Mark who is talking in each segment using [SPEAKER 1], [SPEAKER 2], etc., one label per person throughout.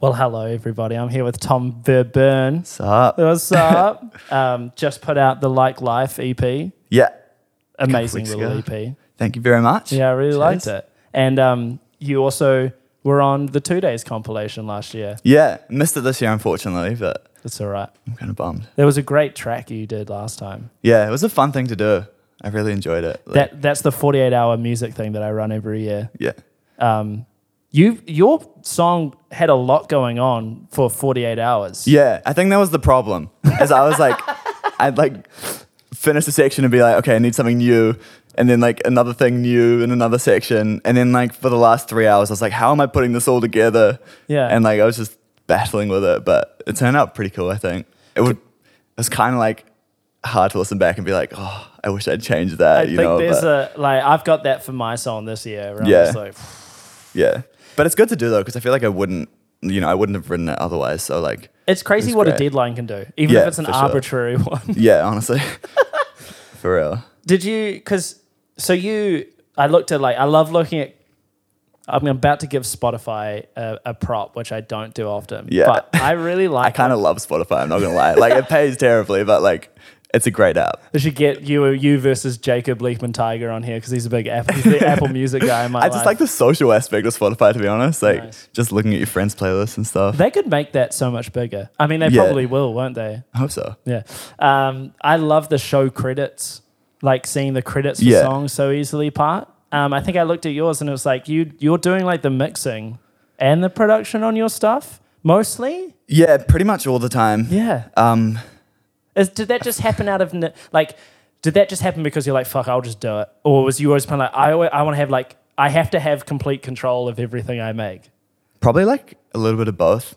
[SPEAKER 1] Well, hello everybody. I'm here with Tom Verburn.
[SPEAKER 2] What's up?
[SPEAKER 1] What's up? um, just put out the Like Life EP.
[SPEAKER 2] Yeah.
[SPEAKER 1] Amazing
[SPEAKER 2] weeks
[SPEAKER 1] little
[SPEAKER 2] ago.
[SPEAKER 1] EP.
[SPEAKER 2] Thank you very much.
[SPEAKER 1] Yeah, I really liked
[SPEAKER 2] Cheers.
[SPEAKER 1] it. And um, you also were on the Two Days compilation last year.
[SPEAKER 2] Yeah. Missed it this year, unfortunately, but
[SPEAKER 1] That's all right.
[SPEAKER 2] I'm kind of bummed.
[SPEAKER 1] There was a great track you did last time.
[SPEAKER 2] Yeah, it was a fun thing to do. I really enjoyed it. Like,
[SPEAKER 1] That that's the 48 hour music thing that I run every year.
[SPEAKER 2] yeah.
[SPEAKER 1] Um, you your song had a lot going on for 48 hours.
[SPEAKER 2] Yeah. I think that was the problem. As I was like, I'd like finish the section and be like, okay, I need something new. And then like another thing new in another section. And then like for the last three hours, I was like, how am I putting this all together?
[SPEAKER 1] Yeah.
[SPEAKER 2] And like I was just battling with it, but it turned out pretty cool, I think. It would it was kinda like hard to listen back and be like, Oh, I wish I'd changed that,
[SPEAKER 1] I
[SPEAKER 2] you
[SPEAKER 1] think
[SPEAKER 2] know.
[SPEAKER 1] there's
[SPEAKER 2] but-
[SPEAKER 1] a like I've got that for my song this year. Where
[SPEAKER 2] Yeah.
[SPEAKER 1] I'm just like,
[SPEAKER 2] Yeah. But it's good to do though, because I feel like I wouldn't, you know, I wouldn't have written it otherwise. So like,
[SPEAKER 1] it's crazy
[SPEAKER 2] It's
[SPEAKER 1] what a
[SPEAKER 2] great.
[SPEAKER 1] deadline can do, even
[SPEAKER 2] Yeah,
[SPEAKER 1] if it's an
[SPEAKER 2] for sure.
[SPEAKER 1] arbitrary one.
[SPEAKER 2] yeah, honestly, for real.
[SPEAKER 1] Did you? Because so you, I looked at like I love looking at. I'm about to give Spotify a, a prop, which I don't do often.
[SPEAKER 2] Yeah.
[SPEAKER 1] but I really like.
[SPEAKER 2] I kind of love Spotify. I'm not gonna lie. Like it pays terribly, but like it's a great app.
[SPEAKER 1] They should get you you versus Jacob Leachman Tiger on here because he's a big Apple, he's the Apple Music guy. In my
[SPEAKER 2] I just
[SPEAKER 1] life.
[SPEAKER 2] like the social aspect of Spotify, to be honest. Like
[SPEAKER 1] Nice.
[SPEAKER 2] just looking at your friends' playlists and stuff.
[SPEAKER 1] They could make that so much bigger. I mean, they
[SPEAKER 2] Yeah.
[SPEAKER 1] probably will, won't they?
[SPEAKER 2] I hope so.
[SPEAKER 1] Yeah. Um, I love the show credits, like seeing the credits for
[SPEAKER 2] Yeah.
[SPEAKER 1] songs so easily part. Um, I think I looked at yours and it was like you you're doing like the mixing and the production on your stuff mostly.
[SPEAKER 2] Yeah, pretty much all the time.
[SPEAKER 1] Yeah.
[SPEAKER 2] Um,
[SPEAKER 1] Is, did that just happen out of n- like? Did that just happen because you're like fuck? I'll just do it, or was you always kind of like I always, I want to have like I have to have complete control of everything I make.
[SPEAKER 2] probably like a little bit of both.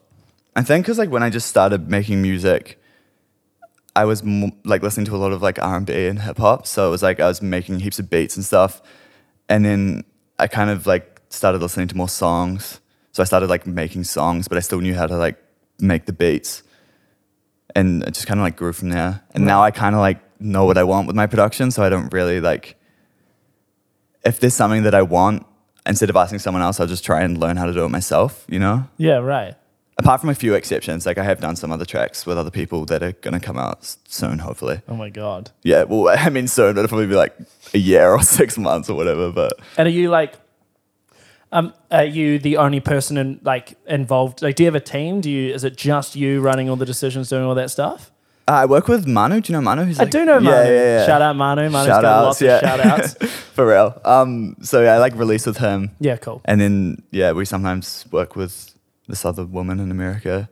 [SPEAKER 2] I think because like when I just started making music, I was m- like listening to a lot of like R and B and hip hop, so it was like I was making heaps of beats and stuff, and then I kind of like started listening to more songs. So I started like making songs, but I still knew how to like make the beats, and it just kind of like grew from there. And now I kind of like know what I want with my production, so I don't really like if there's something that I want. Instead of asking someone else, I'll just try and learn how to do it myself. You know
[SPEAKER 1] Yeah, right.
[SPEAKER 2] apart from a few exceptions, like I have done some other tracks with other people that are going to come out s- soon, hopefully.
[SPEAKER 1] Oh my god.
[SPEAKER 2] Yeah, well, I mean soon, but it'll probably be like a year or six months or whatever. But
[SPEAKER 1] And are you like, um, are you the only person in like involved? Like, do you have a team? Do you? Is it just you running all the decisions, doing all that stuff?
[SPEAKER 2] uh, I work with Manu. Do you know Manu? Who's
[SPEAKER 1] I do know Manu.
[SPEAKER 2] Yeah, yeah, yeah.
[SPEAKER 1] Shout out Manu. Manu's
[SPEAKER 2] Shout
[SPEAKER 1] got
[SPEAKER 2] outs,
[SPEAKER 1] lots
[SPEAKER 2] yeah.
[SPEAKER 1] of shout outs.
[SPEAKER 2] For real. Um, so yeah, I like release with him.
[SPEAKER 1] yeah, cool.
[SPEAKER 2] And then, yeah, we sometimes work with this other woman in America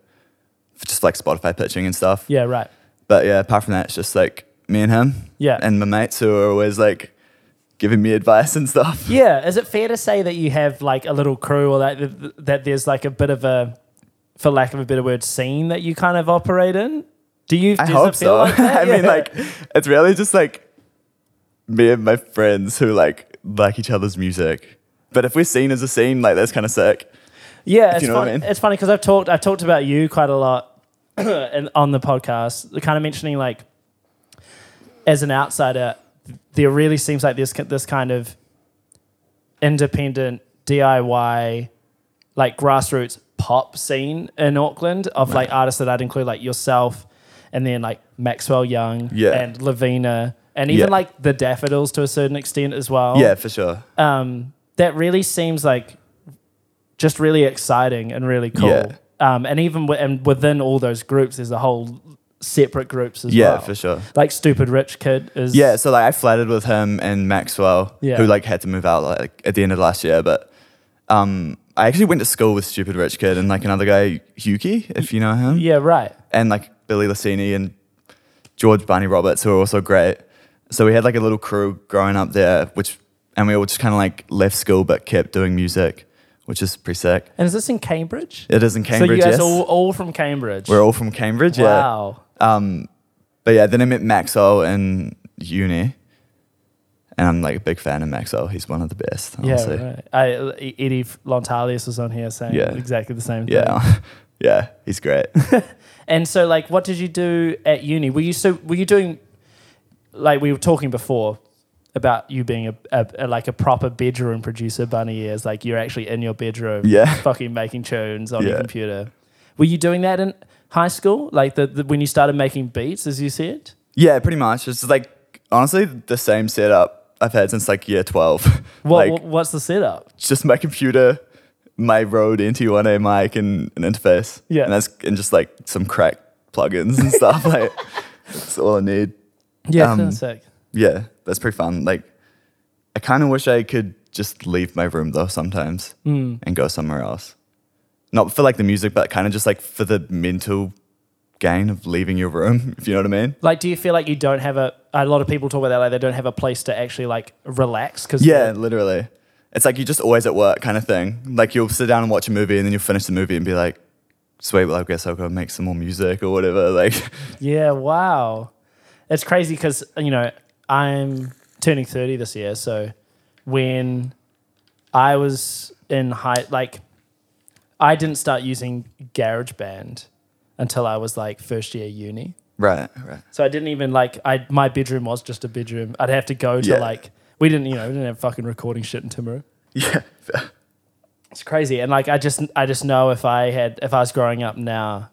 [SPEAKER 2] for just like Spotify pitching and stuff.
[SPEAKER 1] Yeah, right.
[SPEAKER 2] But yeah, apart from that, it's just like me and him.
[SPEAKER 1] Yeah.
[SPEAKER 2] And my mates who are always like giving me advice and stuff.
[SPEAKER 1] Yeah, is it fair to say that you have like a little crew, or that that there's like a bit of a, for lack of a better word, scene that you kind of operate in? Do you?
[SPEAKER 2] I
[SPEAKER 1] does it feel
[SPEAKER 2] hope so.
[SPEAKER 1] like that?
[SPEAKER 2] I mean,
[SPEAKER 1] Yeah.
[SPEAKER 2] like, it's really just like me and my friends who like like each other's music. But if we're seen as a scene, like that's kind of sick.
[SPEAKER 1] Yeah, it's,
[SPEAKER 2] you know what I
[SPEAKER 1] fun-
[SPEAKER 2] mean.
[SPEAKER 1] it's funny because I've talked I've talked about you quite a lot in, on the podcast, kind of mentioning like as an outsider, there really seems like this this kind of independent DIY, like grassroots pop scene in Auckland of like artists that I'd include like yourself, and then like Maxwell Young
[SPEAKER 2] Yeah.
[SPEAKER 1] and Lavina, and even
[SPEAKER 2] Yeah.
[SPEAKER 1] like the Daffodils to a certain extent as well
[SPEAKER 2] Yeah, for sure.
[SPEAKER 1] um, that really seems like just really exciting and really cool.
[SPEAKER 2] Yeah.
[SPEAKER 1] Um, and even w- and within all those groups, there's a whole separate groups as
[SPEAKER 2] Yeah,
[SPEAKER 1] well.
[SPEAKER 2] for sure.
[SPEAKER 1] Like Stupid Rich Kid is
[SPEAKER 2] Yeah, so like I flatted with him and Maxwell,
[SPEAKER 1] Yeah.
[SPEAKER 2] who like had to move out like at the end of last year. But um, I actually went to school with Stupid Rich Kid and like another guy, Huki, if you know him.
[SPEAKER 1] yeah right
[SPEAKER 2] and like Billy Lassini and George Barney Roberts, who are also great. So we had like a little crew growing up there, which and we all just kind of like left school but kept doing music, which is pretty sick.
[SPEAKER 1] and is this in Cambridge?
[SPEAKER 2] It is in
[SPEAKER 1] so
[SPEAKER 2] Cambridge.
[SPEAKER 1] you guys
[SPEAKER 2] yes.
[SPEAKER 1] all, all from Cambridge.
[SPEAKER 2] We're all from Cambridge.
[SPEAKER 1] wow.
[SPEAKER 2] Yeah. Um, but yeah, then I met Maxwell in uni, and I'm like a big fan of Maxwell. He's one of the best. Honestly.
[SPEAKER 1] Yeah, right. I, Eddie Lontalius was on here saying
[SPEAKER 2] Yeah.
[SPEAKER 1] exactly the same thing.
[SPEAKER 2] Yeah. yeah. He's great.
[SPEAKER 1] And so, like, what did you do at uni? Were you so were you doing like we were talking before about you being a, a, a- like a proper bedroom producer bunny ears, like you're actually in your bedroom,
[SPEAKER 2] Yeah.
[SPEAKER 1] fucking making tunes on your
[SPEAKER 2] Yeah.
[SPEAKER 1] computer. Were you doing that in high school? Like the, the when you started making beats, as you said?
[SPEAKER 2] Yeah, pretty much. It's like honestly the same setup I've had since like year twelve.
[SPEAKER 1] What,
[SPEAKER 2] like
[SPEAKER 1] what what's the setup?
[SPEAKER 2] just my computer, my Rode NT1A mic, and an interface.
[SPEAKER 1] Yeah.
[SPEAKER 2] and that's and just like some crack plugins and stuff. like that's all I need.
[SPEAKER 1] Yeah,
[SPEAKER 2] Um,
[SPEAKER 1] that's sick.
[SPEAKER 2] Yeah, that's pretty fun. Like I kind of wish I could just leave my room though sometimes and go somewhere else. Not for like the music, but kind of just like for the mental gain of leaving your room. If you know what I mean.
[SPEAKER 1] Like, do you feel like you don't have a? A lot of people talk about that. Like, they don't have a place to actually like relax because
[SPEAKER 2] Yeah, literally. It's like you're just always at work kind of thing. Like you'll sit down and watch a movie and then you'll finish the movie and be like, sweet, well, I guess I'll go make some more music or whatever. Like,
[SPEAKER 1] Yeah, wow. It's crazy because, you know, I'm turning 30 this year. So when I was in high, like, I didn't start using GarageBand until I was like first year uni.
[SPEAKER 2] right, right.
[SPEAKER 1] So I didn't even like, I my bedroom was just a bedroom. I'd have to go to
[SPEAKER 2] Yeah.
[SPEAKER 1] like, we didn't, you know, we didn't have fucking recording shit in Timaru.
[SPEAKER 2] Yeah.
[SPEAKER 1] It's crazy. And like, I just, I just know if I had, if I was growing up now,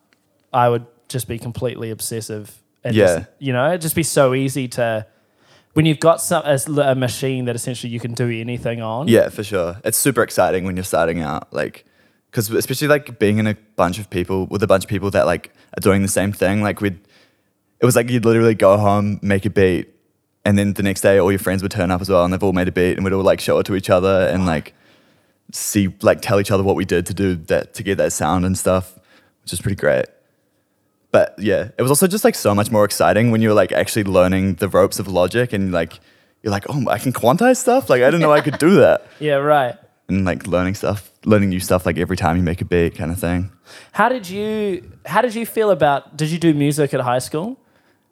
[SPEAKER 1] I would just be completely obsessive. And
[SPEAKER 2] Yeah.
[SPEAKER 1] just, you know, it'd just be so easy to, when you've got some, a, s- a machine that essentially you can do anything on.
[SPEAKER 2] Yeah, for sure. It's super exciting when you're starting out. Like, because especially like being in a bunch of people with a bunch of people that like are doing the same thing. Like, we'd, it was like you'd literally go home, make a beat, and then the next day all your friends would turn up as well and they've all made a beat and we'd all like show it to each other and like see, like tell each other what we did to do that, to get that sound and stuff, which is pretty great. But yeah, it was also just like so much more exciting when you were like actually learning the ropes of logic and like, you're like, oh, I can quantize stuff. Like, I didn't know I could do that
[SPEAKER 1] Yeah, right.
[SPEAKER 2] and like learning stuff, learning new stuff like every time you make a beat kind of thing.
[SPEAKER 1] How did you, how did you feel about, did you do music at high school?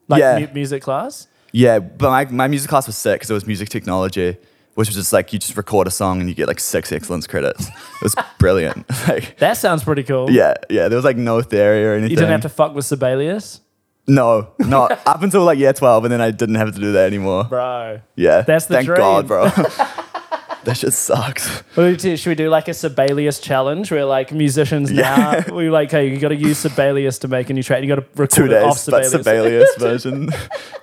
[SPEAKER 1] Like
[SPEAKER 2] Yeah.
[SPEAKER 1] mu- music class?
[SPEAKER 2] Yeah, but my, my music class was sick because it was music technology, which was just like you just record a song and you get like six excellence credits. It was brilliant. like
[SPEAKER 1] That sounds pretty cool.
[SPEAKER 2] yeah, yeah. There was like no theory or anything.
[SPEAKER 1] You didn't have to fuck with Sibelius?
[SPEAKER 2] No, no. up until like year twelve, and then I didn't have to do that anymore.
[SPEAKER 1] Bro.
[SPEAKER 2] Yeah,
[SPEAKER 1] That's the
[SPEAKER 2] thank
[SPEAKER 1] dream.
[SPEAKER 2] God, bro. that shit sucks.
[SPEAKER 1] What do we do? Should we do like a Sibelius challenge where like musicians now we like, hey, you got to use Sibelius to make a new track. You got to record
[SPEAKER 2] Two
[SPEAKER 1] it off
[SPEAKER 2] days, but
[SPEAKER 1] Sibelius.
[SPEAKER 2] Sibelius version,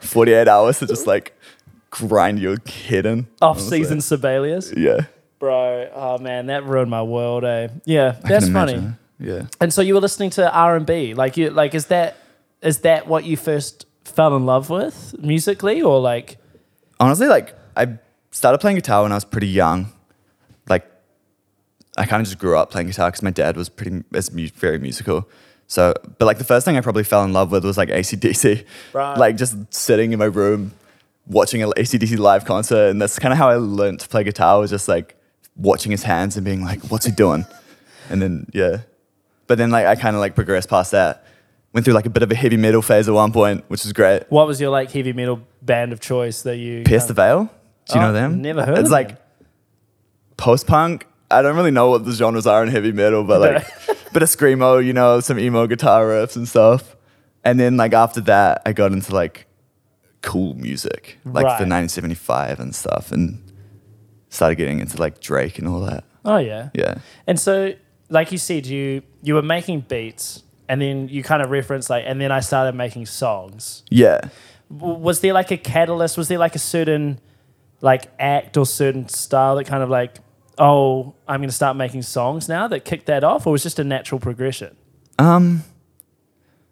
[SPEAKER 2] forty-eight hours to just like grind your head in.
[SPEAKER 1] Off-season Sibelius,
[SPEAKER 2] Yeah,
[SPEAKER 1] bro. Oh man, that ruined my world, eh? Yeah, that's
[SPEAKER 2] Can
[SPEAKER 1] funny.
[SPEAKER 2] imagine. Yeah.
[SPEAKER 1] And so you were listening to R and B, like you, like is that is that what you first fell in love with musically, or like
[SPEAKER 2] honestly, like I started playing guitar when I was pretty young. Like I kind of just grew up playing guitar because my dad was pretty is mu- very musical. So, but like the first thing I probably fell in love with was like ACDC.
[SPEAKER 1] Right.
[SPEAKER 2] Like just sitting in my room watching an ACDC live concert, and that's kind of how I learned to play guitar. Was just like watching his hands and being like, "What's he doing?" and then yeah, but then like I kind of like progressed past that. Went through like a bit of a heavy metal phase at one point, which was great.
[SPEAKER 1] what was your like heavy metal band of choice that you?
[SPEAKER 2] Pierce the Veil. Do you
[SPEAKER 1] Oh,
[SPEAKER 2] know them?
[SPEAKER 1] never heard
[SPEAKER 2] It's
[SPEAKER 1] of
[SPEAKER 2] like
[SPEAKER 1] them.
[SPEAKER 2] post punk. I don't really know what the genres are in heavy metal, but like bit of screamo, you know, some emo guitar riffs and stuff. And then like after that, I got into like cool music, like
[SPEAKER 1] Right.
[SPEAKER 2] the 1975 and stuff, and started getting into like Drake and all that.
[SPEAKER 1] Oh yeah,
[SPEAKER 2] Yeah,
[SPEAKER 1] And so, like you said, you you were making beats, and then you kind of referenced like, and then I started making songs.
[SPEAKER 2] yeah.
[SPEAKER 1] W- Was there like a catalyst? Was there like a certain like act or certain style that kind of like, oh, I'm going to start making songs now that kicked that off, or was it just a natural progression?
[SPEAKER 2] Um,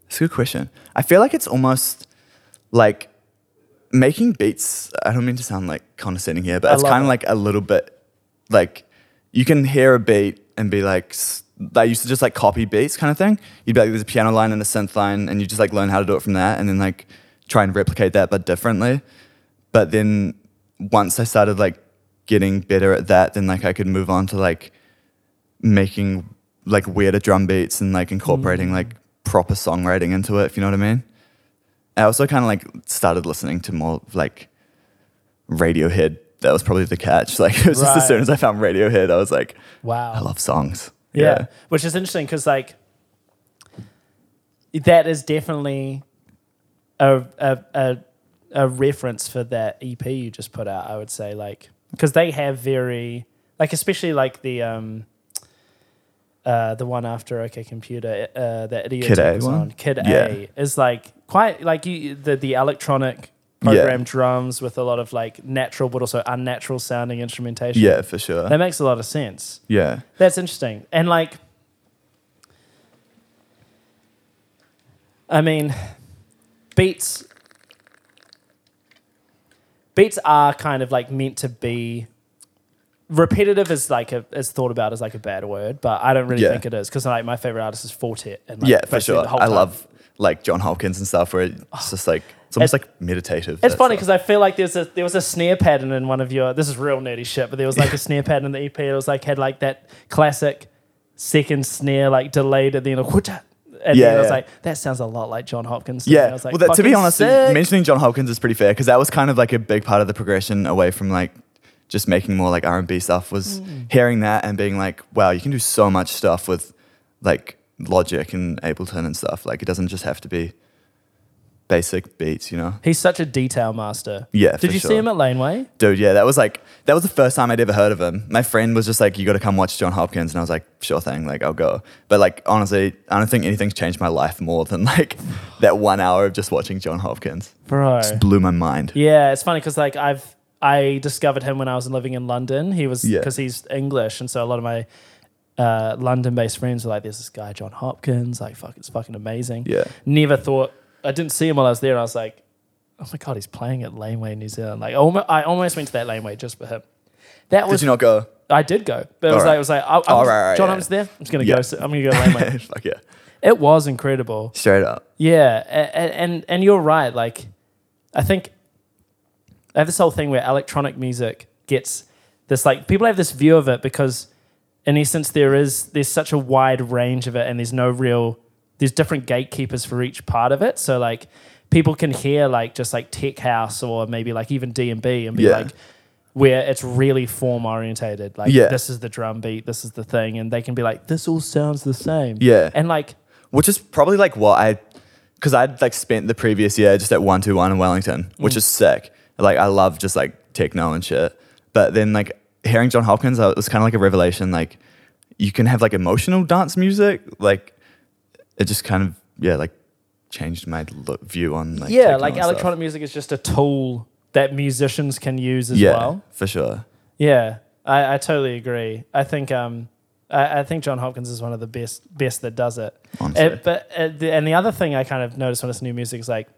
[SPEAKER 2] it's a good question. I feel like it's almost like making beats. I don't mean to sound like condescending here, but
[SPEAKER 1] I
[SPEAKER 2] it's
[SPEAKER 1] love
[SPEAKER 2] kind
[SPEAKER 1] it.
[SPEAKER 2] of like a little bit like you can hear a beat and be like, s- I used to just like copy beats kind of thing. You'd be like, there's a piano line and a synth line, and you just like learn how to do it from that, and then like try and replicate that but differently. But then once I started like getting better at that, then like I could move on to like making like weirder drum beats and like
[SPEAKER 1] Mm.
[SPEAKER 2] incorporating like proper songwriting into it, if you know what I mean. I also kind of like started listening to more like Radiohead. That was probably the catch. Like it was just
[SPEAKER 1] Right.
[SPEAKER 2] as soon as I found Radiohead, I was like,
[SPEAKER 1] Wow,
[SPEAKER 2] I love songs.
[SPEAKER 1] yeah. which is interesting because like that is definitely a a, a a reference for that EP you just put out. I would say like because they have very like especially like the um uh, the one after OK Computer, uh, that idiot
[SPEAKER 2] Kid A
[SPEAKER 1] was
[SPEAKER 2] one?
[SPEAKER 1] on, Kid
[SPEAKER 2] Yeah.
[SPEAKER 1] A, is like quite like you, the the electronic programmed drums with a lot of like natural but also unnatural sounding instrumentation.
[SPEAKER 2] Yeah, for sure.
[SPEAKER 1] that makes a lot of sense.
[SPEAKER 2] Yeah.
[SPEAKER 1] That's interesting. And like, I mean, beats. Beats are kind of like meant to be repetitive is like a is thought about as like a bad word, but I don't really
[SPEAKER 2] Yeah.
[SPEAKER 1] think it is because like my favorite artist is Fortet. And like
[SPEAKER 2] Yeah, for
[SPEAKER 1] basically
[SPEAKER 2] sure.
[SPEAKER 1] the whole
[SPEAKER 2] I
[SPEAKER 1] time. Oh.
[SPEAKER 2] love like John Hopkins and stuff where it's just like it's almost like meditative.
[SPEAKER 1] It's
[SPEAKER 2] that
[SPEAKER 1] funny
[SPEAKER 2] stuff.
[SPEAKER 1] because I feel like there's a there was a snare pattern in one of your this is real nerdy shit, but there was like a snare pattern in the EP. It was like had like that classic second snare like delayed at the end of whoocha. And
[SPEAKER 2] Yeah,
[SPEAKER 1] then I was
[SPEAKER 2] yeah.
[SPEAKER 1] like, that sounds a lot like John Hopkins. to me." I
[SPEAKER 2] Yeah.
[SPEAKER 1] was like,
[SPEAKER 2] well, that, to be
[SPEAKER 1] "Fucking
[SPEAKER 2] honest,
[SPEAKER 1] sick."
[SPEAKER 2] mentioning John Hopkins is pretty fair because that was kind of like a big part of the progression away from like just making more like R and B stuff was
[SPEAKER 1] Mm.
[SPEAKER 2] hearing that and being like, wow, you can do so much stuff with like Logic and Ableton and stuff. Like it doesn't just have to be basic beats, you know?
[SPEAKER 1] he's such a detail master.
[SPEAKER 2] Yeah,
[SPEAKER 1] Did
[SPEAKER 2] for
[SPEAKER 1] you see
[SPEAKER 2] sure.
[SPEAKER 1] him at Laneway?
[SPEAKER 2] Dude, yeah, that was like that was the first time I'd ever heard of him. My friend was just like, "You got to come watch John Hopkins," and I was like, "Sure thing, like I'll go." But like honestly, I don't think anything's changed my life more than like that one hour of just watching John Hopkins.
[SPEAKER 1] Bro.
[SPEAKER 2] Just blew my mind.
[SPEAKER 1] Yeah, it's funny because like I've I discovered him when I was living in London. He was
[SPEAKER 2] Yeah.
[SPEAKER 1] because he's English, and so a lot of my uh, London-based friends were like, "There's this guy John Hopkins, like fuck, it's fucking amazing."
[SPEAKER 2] Yeah.
[SPEAKER 1] never thought I didn't see him while I was there, and I was like, "Oh my god, he's playing at Laneway, New Zealand!" Like, I almo- I almost went to that Laneway just for him. That was
[SPEAKER 2] Did you not go?
[SPEAKER 1] I did go, but it was
[SPEAKER 2] Alright.
[SPEAKER 1] like it was like, oh, I'm
[SPEAKER 2] Alright,
[SPEAKER 1] just-
[SPEAKER 2] alright,
[SPEAKER 1] John,
[SPEAKER 2] yeah.
[SPEAKER 1] I'm just there. I'm just gonna
[SPEAKER 2] Yeah.
[SPEAKER 1] go. So I'm gonna go to Laneway.
[SPEAKER 2] Fuck yeah,
[SPEAKER 1] it was incredible.
[SPEAKER 2] straight up.
[SPEAKER 1] Yeah, and, and and you're right. Like, I think I have this whole thing where electronic music gets this like people have this view of it because in essence there is there's such a wide range of it and there's no real there's different gatekeepers for each part of it. So like people can hear like just like tech house or maybe like even D and B and be
[SPEAKER 2] Yeah.
[SPEAKER 1] like where it's really form orientated. Like
[SPEAKER 2] Yeah.
[SPEAKER 1] this is the drum beat, this is the thing, and they can be like, This all sounds the same.
[SPEAKER 2] Yeah.
[SPEAKER 1] And like
[SPEAKER 2] Which is probably like what I, because I'd like spent the previous year just at one two one in Wellington, which
[SPEAKER 1] Mm.
[SPEAKER 2] is sick. Like I love just like techno and shit. But then like hearing John Hopkins, uh, it was kind of like a revelation. Like you can have like emotional dance music. Like it just kind of yeah like changed my look, view on like
[SPEAKER 1] yeah,
[SPEAKER 2] techno
[SPEAKER 1] like
[SPEAKER 2] and stuff.
[SPEAKER 1] electronic music is just a tool that musicians can use as
[SPEAKER 2] Yeah,
[SPEAKER 1] well.
[SPEAKER 2] for sure.
[SPEAKER 1] Yeah, I, I totally agree. I think um, I, I think John Hopkins is one of the best best that does it.
[SPEAKER 2] Honestly.
[SPEAKER 1] Uh, but uh, the, and the other thing I kind of noticed when it's new music is like,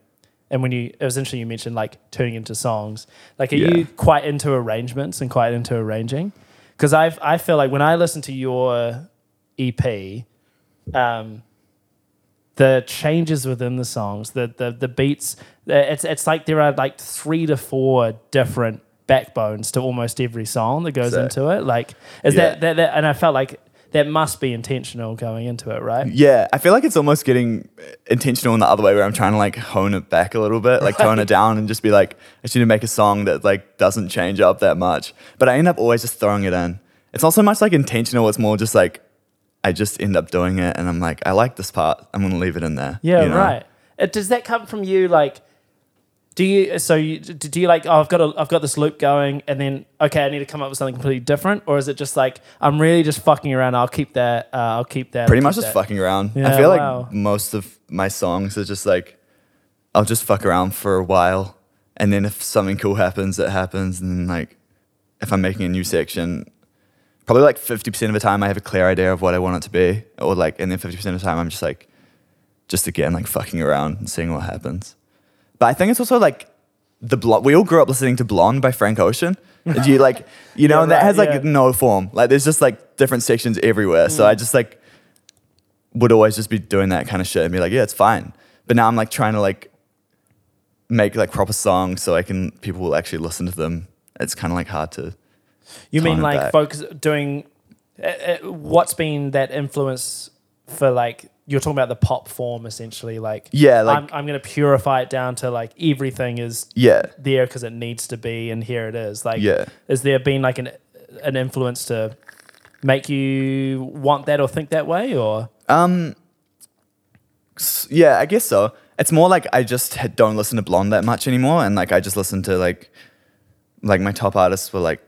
[SPEAKER 1] and when you it was interesting you mentioned like turning into songs. Like, are
[SPEAKER 2] Yeah.
[SPEAKER 1] you quite into arrangements and quite into arranging? Because I I feel like when I listen to your EP, um, the changes within the songs, the the the beats, the- it's it's like there are like three to four different backbones to almost every song that goes
[SPEAKER 2] Sick.
[SPEAKER 1] into it. Like is
[SPEAKER 2] Yeah.
[SPEAKER 1] that, that that and I felt like that must be intentional going into it, right?
[SPEAKER 2] Yeah, I feel like it's almost getting intentional in the other way where I'm trying to like hone it back a little bit, like tone it down and just be like, I just need to make a song that like doesn't change up that much. But I end up always just throwing it in. It's not so much like intentional, it's more just like I just end up doing it and I'm like, I like this part. I'm gonna leave it in there.
[SPEAKER 1] Yeah,
[SPEAKER 2] you know?
[SPEAKER 1] right. Uh, does that come from you like do you uh, so you, d- do you like oh I've got a I've got this loop going and then okay I need to come up with something completely different or is it just like I'm really just fucking around I'll keep that uh, I'll keep that
[SPEAKER 2] Pretty
[SPEAKER 1] I'll
[SPEAKER 2] much
[SPEAKER 1] keep
[SPEAKER 2] just
[SPEAKER 1] that.
[SPEAKER 2] fucking around.
[SPEAKER 1] Yeah,
[SPEAKER 2] I feel
[SPEAKER 1] wow.
[SPEAKER 2] like most of my songs are just like I'll just fuck around for a while and then if something cool happens, it happens and then like if I'm making a new section, probably like 50% of the time I have a clear idea of what I want it to be or like and then 50% of the time I'm just like just again like fucking around and seeing what happens. But I think it's also like the blonde. We all grew up listening to Blonde by Frank Ocean. And you like, you know,
[SPEAKER 1] Yeah,
[SPEAKER 2] and that
[SPEAKER 1] right,
[SPEAKER 2] has like
[SPEAKER 1] yeah. Mm.
[SPEAKER 2] no form. Like there's just like different sections everywhere. So I just like would always just be doing that kind of shit and be like, yeah, it's fine. But now I'm like trying to like make like proper songs so I can people will actually listen to them. It's kind of like hard to.
[SPEAKER 1] You mean
[SPEAKER 2] Tying it
[SPEAKER 1] like
[SPEAKER 2] back.
[SPEAKER 1] focus doing uh, uh, what's been that influence for like you're talking about the pop form essentially like
[SPEAKER 2] Yeah, like
[SPEAKER 1] I'm, I'm going to purify it down to like everything is
[SPEAKER 2] yeah,
[SPEAKER 1] there because it needs to be and here it is like
[SPEAKER 2] yeah.
[SPEAKER 1] has there been like an an influence to make you want that or think that way or
[SPEAKER 2] Um, s- yeah, I guess so. It's more like I just had- don't listen to Blonde that much anymore, and like I just listen to like, like my top artists were like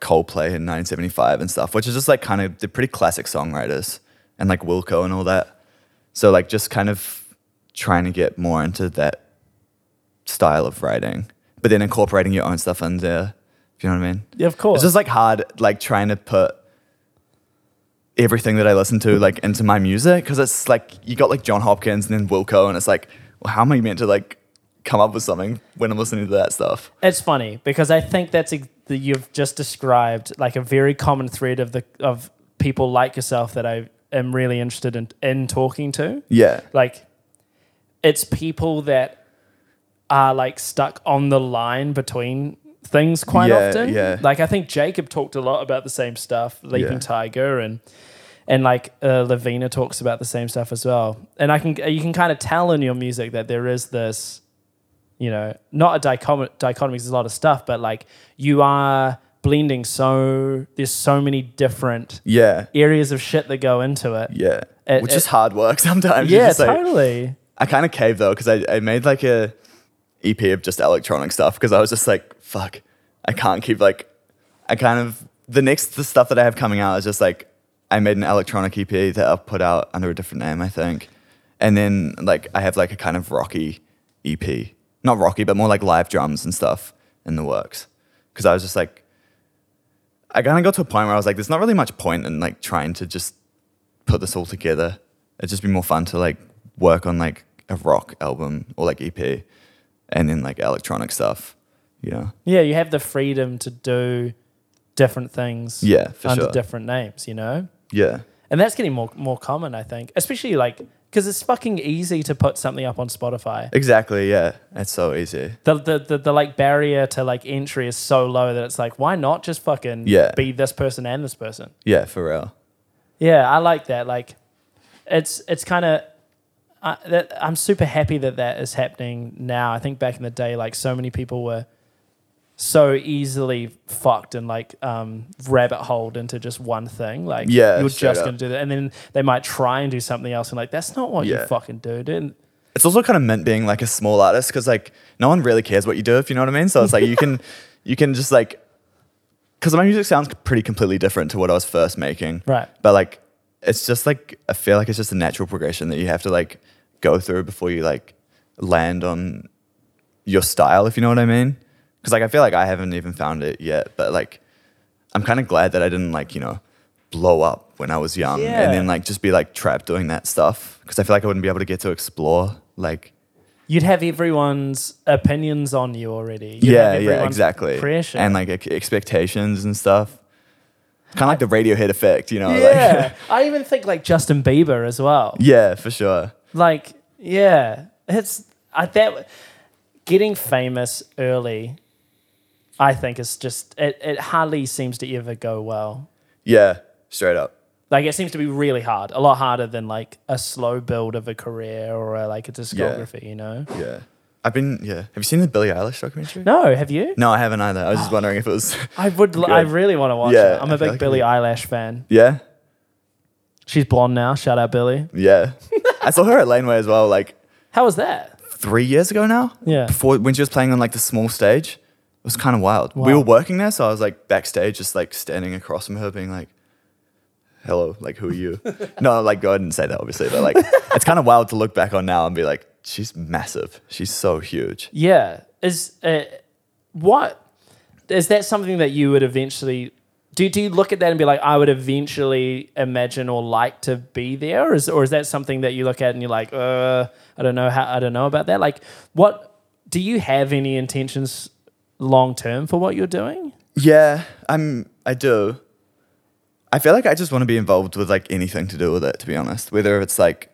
[SPEAKER 2] Coldplay in 1975 and stuff, which is just like kind of they're pretty classic songwriters. and like Wilco and all that. So like just kind of trying to get more into that style of writing, but then incorporating your own stuff in there. If you know what I mean?
[SPEAKER 1] Yeah, of course.
[SPEAKER 2] It's just like hard, like trying to put everything that I listen to like into my music because it's like you got like John Hopkins and then Wilco, and it's like, well, how am I meant to like come up with something when I'm listening to that stuff?
[SPEAKER 1] It's funny because I think that's ex- that you've just described like a very common thread of the of people like yourself that I am really interested in in talking to.
[SPEAKER 2] Yeah,
[SPEAKER 1] Like, it's people that are like stuck on the line between things quite
[SPEAKER 2] Yeah,
[SPEAKER 1] often.
[SPEAKER 2] yeah.
[SPEAKER 1] Like I think Jacob talked a lot about the same stuff, Leaping
[SPEAKER 2] Yeah.
[SPEAKER 1] Tiger and. And like uh, Lavina talks about the same stuff as well, and I can uh, you can kind of tell in your music that there is this you know, not a dichom- dichotomy, 'cause there's a lot of stuff, but like you are blending so, there's so many different
[SPEAKER 2] yeah,
[SPEAKER 1] areas of shit that go into it.
[SPEAKER 2] yeah.
[SPEAKER 1] It-
[SPEAKER 2] Which
[SPEAKER 1] it-
[SPEAKER 2] is hard work sometimes. You're
[SPEAKER 1] Yeah,
[SPEAKER 2] just, like-
[SPEAKER 1] totally.
[SPEAKER 2] I kind of caved though because I, I made like a EP of just electronic stuff because I was just like, fuck, I can't keep like, I kind of the next the stuff that I have coming out is just like I made an electronic EP that I'll put out under a different name, I think, and then like I have like a kind of rocky EP, not rocky but more like live drums and stuff in the works because I was just like. I kind of got to a point where I was like, there's not really much point in like trying to just put this all together. It'd just be more fun to like work on like a rock album or like EP and then like electronic stuff, you know?
[SPEAKER 1] Yeah, you have the freedom to do different things
[SPEAKER 2] Yeah, for
[SPEAKER 1] under
[SPEAKER 2] sure.
[SPEAKER 1] different names, you know?
[SPEAKER 2] Yeah.
[SPEAKER 1] And that's getting more, more common, I think, especially like, because it's fucking easy to put something up on Spotify.
[SPEAKER 2] Exactly. Yeah. It's so easy.
[SPEAKER 1] The, the, the, the like barrier to like entry is so low that it's like, why not just fucking
[SPEAKER 2] Yeah.
[SPEAKER 1] be this person and this person?
[SPEAKER 2] Yeah, for real.
[SPEAKER 1] Yeah, I like that. Like, it's it's kind of. I that, I'm super happy that that is happening now. I think back in the day, like so many people were so easily fucked and like um, rabbit holed into just one thing. Like,
[SPEAKER 2] Yeah,
[SPEAKER 1] you're
[SPEAKER 2] straight
[SPEAKER 1] just
[SPEAKER 2] up.
[SPEAKER 1] gonna do that, and then they might try and do something else, and like that's not what
[SPEAKER 2] Yeah.
[SPEAKER 1] you fucking do, dude.
[SPEAKER 2] It's also kind of meant being like a small artist because like no one really cares what you do, if you know what I mean? So it's like you can, you can just like, because my music sounds pretty completely different to what I was first making.
[SPEAKER 1] Right.
[SPEAKER 2] But like, it's just like I feel like it's just a natural progression that you have to like go through before you like land on your style, if you know what I mean. Because like I feel like I haven't even found it yet, but like I'm kind of glad that I didn't like you know blow up when I was young
[SPEAKER 1] Yeah.
[SPEAKER 2] and then like just be like trapped doing that stuff because I feel like I wouldn't be able to get to explore like
[SPEAKER 1] You'd have everyone's opinions on you already. You'd have
[SPEAKER 2] yeah yeah
[SPEAKER 1] everyone's
[SPEAKER 2] exactly
[SPEAKER 1] Pressure
[SPEAKER 2] and like ex- expectations and stuff. Kind of like the Radiohead effect, you know? Like,
[SPEAKER 1] yeah, I even think like Justin Bieber as well.
[SPEAKER 2] yeah, for sure.
[SPEAKER 1] Like, yeah, it's I that getting famous early. I think is just it. It hardly seems to ever go well.
[SPEAKER 2] Yeah, straight up.
[SPEAKER 1] Like it seems to be really hard, a lot harder than like a slow build of a career or a, like a discography. You know?
[SPEAKER 2] Yeah. I've been, yeah. Have you seen the Billie Eilish documentary?
[SPEAKER 1] No, have you?
[SPEAKER 2] No, I haven't either. I was just wondering if it was,
[SPEAKER 1] I would. l- I
[SPEAKER 2] Good.
[SPEAKER 1] really want to watch
[SPEAKER 2] Yeah,
[SPEAKER 1] it. I'm
[SPEAKER 2] I
[SPEAKER 1] a
[SPEAKER 2] feel
[SPEAKER 1] big
[SPEAKER 2] like
[SPEAKER 1] Billie
[SPEAKER 2] we-
[SPEAKER 1] Eilish fan.
[SPEAKER 2] yeah,
[SPEAKER 1] She's blonde now. Shout out Billie.
[SPEAKER 2] yeah. I saw her at Laneway as well, like
[SPEAKER 1] How was that?
[SPEAKER 2] three years ago now.
[SPEAKER 1] Yeah.
[SPEAKER 2] Before, when she was playing on like the small stage, it was kind of wild. We
[SPEAKER 1] Wow.
[SPEAKER 2] were working there, so I was like backstage, just like standing across from her, being like, hello, like, who are you? no, like, I didn't say that, obviously, but like, it's kind of wild to look back on now and be like, she's massive. She's so huge.
[SPEAKER 1] Yeah. Is uh, what is that something that you would eventually do? Do you look at that and be like, I would eventually imagine or like to be there, or is, or is that something that you look at and you're like, uh, I don't know how I don't know about that. Like, what do you have any intentions long term for what you're doing?
[SPEAKER 2] Yeah, I'm. I do. I feel like I just want to be involved with like anything to do with it. To be honest, whether it's like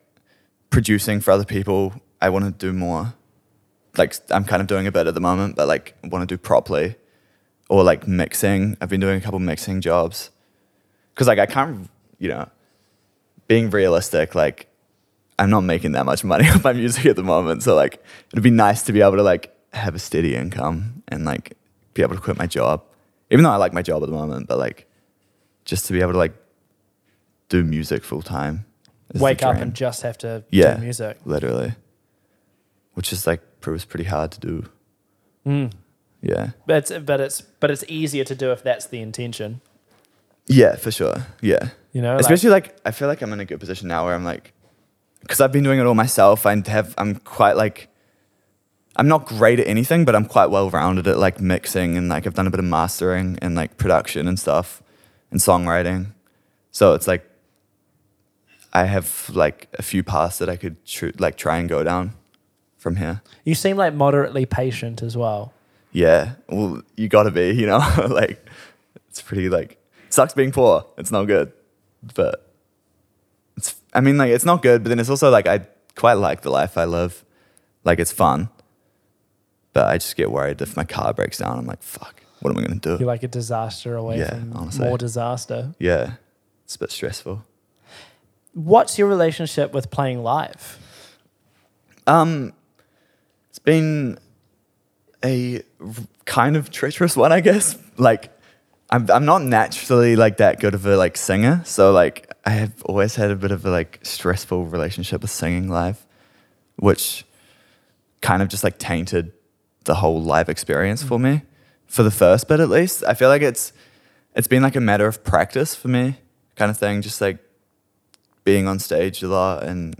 [SPEAKER 2] producing for other people, I want to do more. Like I'm kind of doing a bit at the moment, but like want to do properly, or like mixing. I've been doing a couple mixing jobs because like I can't, you know, being realistic, like I'm not making that much money off my music at the moment. So like it'd be nice to be able to like have a steady income and like be able to quit my job. Even though I like my job at the moment, but like just to be able to like do music full time. is the
[SPEAKER 1] Wake up
[SPEAKER 2] dream.
[SPEAKER 1] and just have to
[SPEAKER 2] Yeah.
[SPEAKER 1] do music.
[SPEAKER 2] literally. Which is like proves pretty hard to do.
[SPEAKER 1] Hmm.
[SPEAKER 2] Yeah.
[SPEAKER 1] But it's, but it's but it's easier to do if that's the intention.
[SPEAKER 2] Yeah, for sure. Yeah.
[SPEAKER 1] You know, like-
[SPEAKER 2] Especially like I feel like I'm in a good position now where I'm like, because I've been doing it all myself. I have I'm quite like, I'm not great at anything, but I'm quite well rounded at like mixing and like I've done a bit of mastering and like production and stuff, and songwriting. So it's like, I have like a few paths that I could tr- like try and go down from here.
[SPEAKER 1] you seem like moderately patient as well.
[SPEAKER 2] Yeah, well, you gotta be, you know, like it's pretty like sucks being poor. It's not good, but it's. I mean, like it's not good, but then it's also like I quite like the life I live. Like it's fun, but I just get worried if my car breaks down. I'm like, fuck, what am I gonna do?
[SPEAKER 1] You're like a disaster away
[SPEAKER 2] Yeah,
[SPEAKER 1] from
[SPEAKER 2] honestly.
[SPEAKER 1] more disaster.
[SPEAKER 2] yeah, it's a bit stressful.
[SPEAKER 1] What's your relationship with playing live?
[SPEAKER 2] Um, it's been a r- kind of treacherous one, I guess. Like, I'm I'm not naturally like that good of a like singer, so like I have always had a bit of a like stressful relationship with singing live, which kind of just like tainted the whole live experience for me. For the first bit, at least, I feel like it's it's been like a matter of practice for me, kind of thing. Just like being on stage a lot and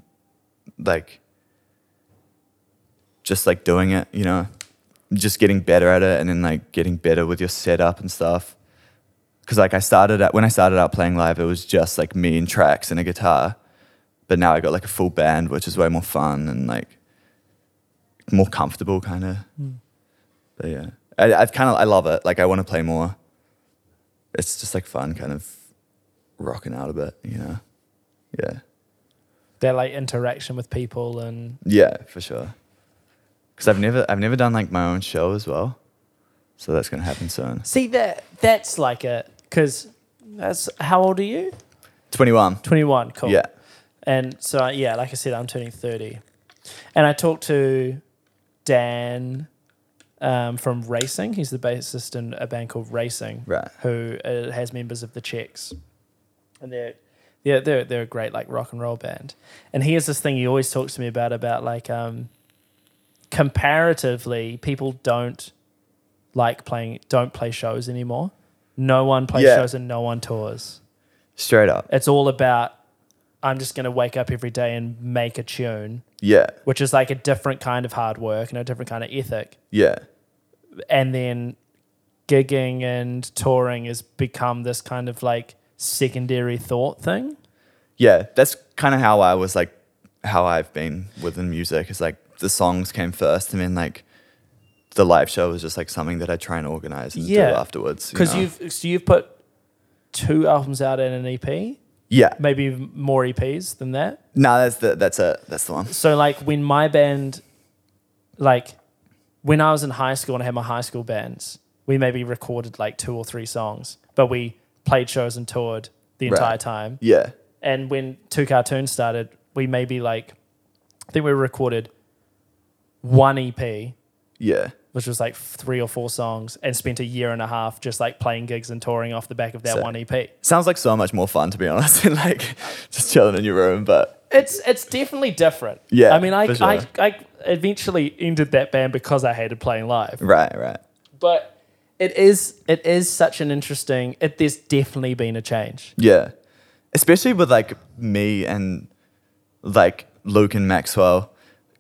[SPEAKER 2] like just like doing it, you know, just getting better at it and then like getting better with your setup and stuff. Cause like I started out, when I started out playing live, it was just like me and tracks and a guitar. But now I got like a full band, which is way more fun and like more comfortable kind of. But yeah, I, I've kind of, I love it. Like I want to play more. It's just like fun kind of rocking out a bit, you know? Yeah.
[SPEAKER 1] That like interaction with people and
[SPEAKER 2] Yeah, for sure. Because I've never, I've never done like my own show as well, so that's gonna happen soon.
[SPEAKER 1] see that that's like a because that's how old are you?
[SPEAKER 2] Twenty-one.
[SPEAKER 1] Twenty one. Cool.
[SPEAKER 2] Yeah,
[SPEAKER 1] And so, uh, yeah, like I said, I'm turning 30. And I talked to Dan um, from Racing. He's the bassist in a band called Racing,
[SPEAKER 2] right.
[SPEAKER 1] who uh, has members of the Chicks. And they're, they're, they're, they're a great, like, rock and roll band. And he has this thing he always talks to me about, about, like, um, comparatively, people don't like playing, don't play shows anymore. No one plays
[SPEAKER 2] Yeah.
[SPEAKER 1] shows and no one tours.
[SPEAKER 2] Straight up.
[SPEAKER 1] It's all about I'm just going to wake up every day and make a tune,
[SPEAKER 2] Yeah,
[SPEAKER 1] which is like a different kind of hard work and a different kind of ethic.
[SPEAKER 2] yeah,
[SPEAKER 1] And then gigging and touring has become this kind of like secondary thought thing.
[SPEAKER 2] yeah. That's kind of how I was like, how I've been within music. Is like the songs came first, and then like the live show was just like something that I try and organize and
[SPEAKER 1] Yeah.
[SPEAKER 2] do afterwards. you
[SPEAKER 1] Because
[SPEAKER 2] know?
[SPEAKER 1] you've so you've put two albums out in an EP,
[SPEAKER 2] yeah.
[SPEAKER 1] maybe more EPs than that.
[SPEAKER 2] No, that's the that's it. That's the one.
[SPEAKER 1] so like when my band like when i was in high school and i had my high school bands we maybe recorded like two or three songs but we played shows and toured the
[SPEAKER 2] Right.
[SPEAKER 1] entire time
[SPEAKER 2] Yeah,
[SPEAKER 1] and when two cartoons started we maybe like i think we recorded one ep
[SPEAKER 2] yeah,
[SPEAKER 1] which was like three or four songs and spent a year and a half just like playing gigs and touring off the back of that
[SPEAKER 2] Sick.
[SPEAKER 1] one E ep
[SPEAKER 2] sounds like so much more fun to be honest, and like just chilling in your room. But
[SPEAKER 1] It's it's definitely different.
[SPEAKER 2] Yeah,
[SPEAKER 1] I mean, I,
[SPEAKER 2] for sure.
[SPEAKER 1] I I eventually ended that band because I hated playing live,
[SPEAKER 2] right, right,
[SPEAKER 1] but it is it is such an interesting. It there's definitely been a change.
[SPEAKER 2] Yeah. Especially with like me and like Luke and Maxwell,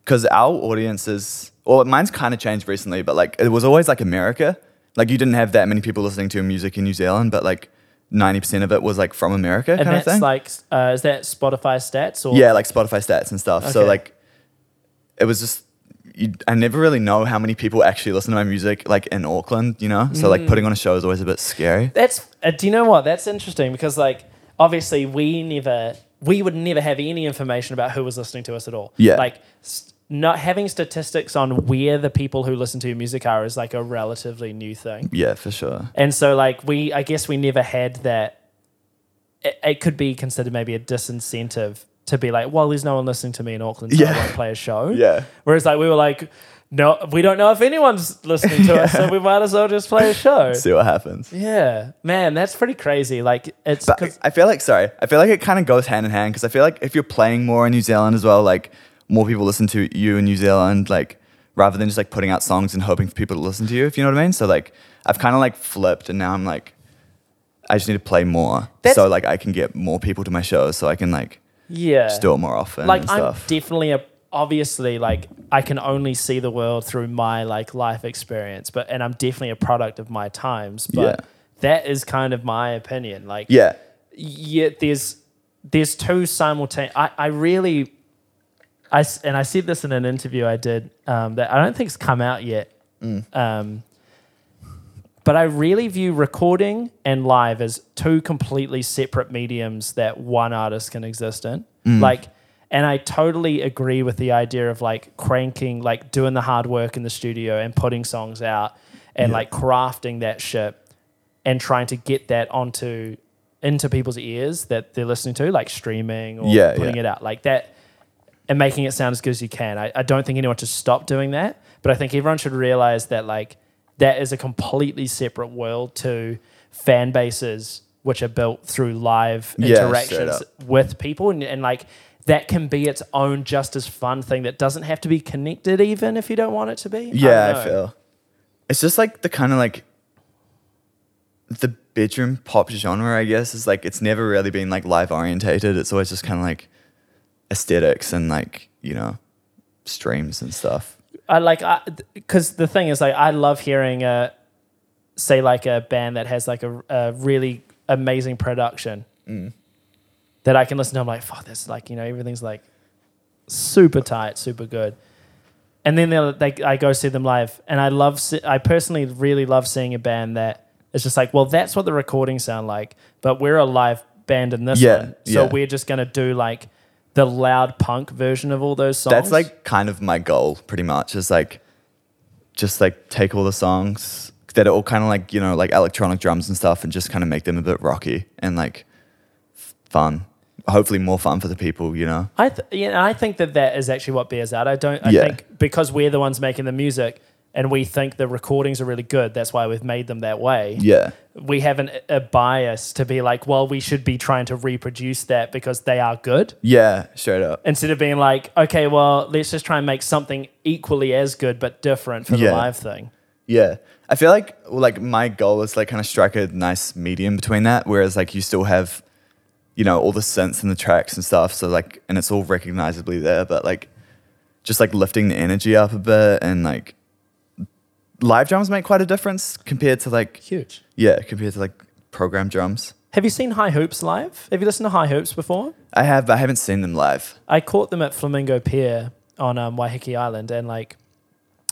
[SPEAKER 2] because our audiences, well, mine's kind of changed recently, but like it was always like America. Like you didn't have that many people listening to music in New Zealand, but like 90% of it was like from America
[SPEAKER 1] And
[SPEAKER 2] kind of
[SPEAKER 1] that's
[SPEAKER 2] thing.
[SPEAKER 1] like, uh, is that Spotify stats or
[SPEAKER 2] yeah, like Spotify stats and stuff. So
[SPEAKER 1] Okay.
[SPEAKER 2] like it was just, you, I never really know how many people actually listen to my music like in Auckland, you know? So
[SPEAKER 1] Mm.
[SPEAKER 2] like putting on a show is always a bit scary.
[SPEAKER 1] That's uh, do you know what? That's interesting because like obviously we never we would never have any information about who was listening to us at all.
[SPEAKER 2] Yeah.
[SPEAKER 1] like st- not having statistics on where the people who listen to your music are is like a relatively new thing.
[SPEAKER 2] Yeah, for sure.
[SPEAKER 1] And so, like, we, I guess we never had that. It, it could be considered maybe a disincentive to be like, well, there's no one listening to me in Auckland, so I
[SPEAKER 2] Yeah.
[SPEAKER 1] won't play a show.
[SPEAKER 2] Yeah.
[SPEAKER 1] Whereas, like, we were like, no, we don't know if anyone's listening to us, so we might as well just play a show.
[SPEAKER 2] See what happens.
[SPEAKER 1] yeah. Man, that's pretty crazy. Like, it's
[SPEAKER 2] But
[SPEAKER 1] 'cause-
[SPEAKER 2] I feel like sorry, I feel like it kind of goes hand in hand because I feel like if you're playing more in New Zealand as well, like more people listen to you in New Zealand, like rather than just like putting out songs and hoping for people to listen to you, if you know what I mean. So like I've kind of like flipped, and now I'm like I just need to play more,
[SPEAKER 3] That's-
[SPEAKER 2] so like I can get more people to my shows, so I can like
[SPEAKER 1] Yeah.
[SPEAKER 2] just do it more often
[SPEAKER 1] like
[SPEAKER 2] and
[SPEAKER 1] I'm
[SPEAKER 2] stuff.
[SPEAKER 1] definitely a obviously like I can only see the world through my like life experience, but and I'm definitely a product of my times. But
[SPEAKER 2] Yeah.
[SPEAKER 1] that is kind of my opinion. Like
[SPEAKER 2] yeah,
[SPEAKER 1] yet there's there's two simultaneous. I, I really, I s- and I said this in an interview I did um, that I don't think's come out yet.
[SPEAKER 2] Mm.
[SPEAKER 1] Um, but I really view recording and live as two completely separate mediums that one artist can exist in.
[SPEAKER 2] Mm.
[SPEAKER 1] Like, and I totally agree with the idea of like cranking, like doing the hard work in the studio and putting songs out and like crafting that shit and trying to get that onto into people's ears that they're listening to, like streaming or
[SPEAKER 2] Yeah,
[SPEAKER 1] putting
[SPEAKER 2] yeah.
[SPEAKER 1] it out like that and making it sound as good as you can. I, I don't think anyone should stop doing that, but I think everyone should realize that like that is a completely separate world to fan bases which are built through live
[SPEAKER 2] Yeah, straight
[SPEAKER 1] interactions
[SPEAKER 2] up.
[SPEAKER 1] with people and, and like that can be its own just as fun thing that doesn't have to be connected even if you don't want it to be.
[SPEAKER 2] yeah,
[SPEAKER 1] don't
[SPEAKER 2] I
[SPEAKER 1] know.
[SPEAKER 2] feel. It's just like the kind of like the bedroom pop genre, I guess, is like it's never really been like live orientated. It's always just kind of like aesthetics and like, you know, streams and stuff.
[SPEAKER 1] I like I because the thing is like I love hearing a say like a band that has like a, a really amazing production
[SPEAKER 2] Mm.
[SPEAKER 1] that I can listen to. I'm like, fuck, that's like you know everything's like super tight, super good. And then they'll- they, I go see them live, and I love. se- I personally really love seeing a band that is just like, well, that's what the recordings sound like, but we're a live band in this
[SPEAKER 2] Yeah,
[SPEAKER 1] one, so
[SPEAKER 2] yeah.
[SPEAKER 1] we're just gonna do like the loud punk version of all those songs.
[SPEAKER 2] That's like kind of my goal, pretty much, is like just like take all the songs that are all kind of like, you know, like electronic drums and stuff and just kind of make them a bit rocky and like f- fun. Hopefully, more fun for the people, you know?
[SPEAKER 1] I th- yeah, and I think that that is actually what bears out. I don't. I
[SPEAKER 2] Yeah.
[SPEAKER 1] think because we're the ones making the music, and we think the recordings are really good. That's why we've made them that way.
[SPEAKER 2] Yeah.
[SPEAKER 1] We have an, a bias to be like, well, we should be trying to reproduce that because they are good,
[SPEAKER 2] Yeah, straight up.
[SPEAKER 1] instead of being like, okay, well, let's just try and make something equally as good but different for the
[SPEAKER 2] Yeah.
[SPEAKER 1] live thing.
[SPEAKER 2] Yeah. I feel like like my goal is like kind of strike a nice medium between that, whereas like you still have, you know, all the synths and the tracks and stuff. So like and it's all recognizably there, but like just like lifting the energy up a bit and like live drums make quite a difference compared to like
[SPEAKER 1] Huge.
[SPEAKER 2] yeah, compared to like program drums.
[SPEAKER 1] Have you seen High Hoops live? Have you listened to High Hoops before?
[SPEAKER 2] I have but I haven't seen them live.
[SPEAKER 1] I caught them at Flamingo Pier on um, Waiheke Island, and like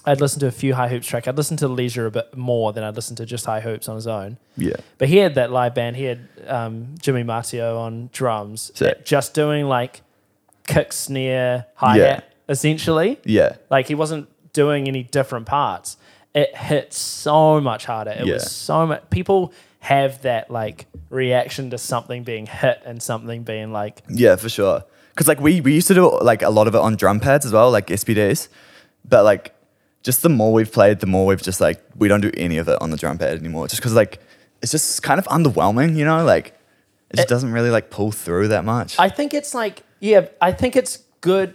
[SPEAKER 1] I'd listened to a few high hoops track. I'd listened to Leisure a bit more than I'd listened to just high hoops on his own.
[SPEAKER 2] Yeah.
[SPEAKER 1] But he had that live band. He had um, Jimmy Martio on drums,
[SPEAKER 2] Sick.
[SPEAKER 1] just doing like kick, snare, hi hat, essentially.
[SPEAKER 2] Yeah.
[SPEAKER 1] Like he wasn't doing any different parts. It hit so much harder. It
[SPEAKER 2] Yeah.
[SPEAKER 1] was so much. People have that like reaction to something being hit and something being like
[SPEAKER 2] Yeah, for sure. Because like we we used to do like a lot of it on drum pads as well, like SPDs. But like just the more we've played, the more we've just like we don't do any of it on the drum pad anymore. Just because like it's just kind of underwhelming, you know. Like it just
[SPEAKER 1] It-
[SPEAKER 2] doesn't really like pull through that much.
[SPEAKER 1] Eh. I think it's like, yeah, I think it's good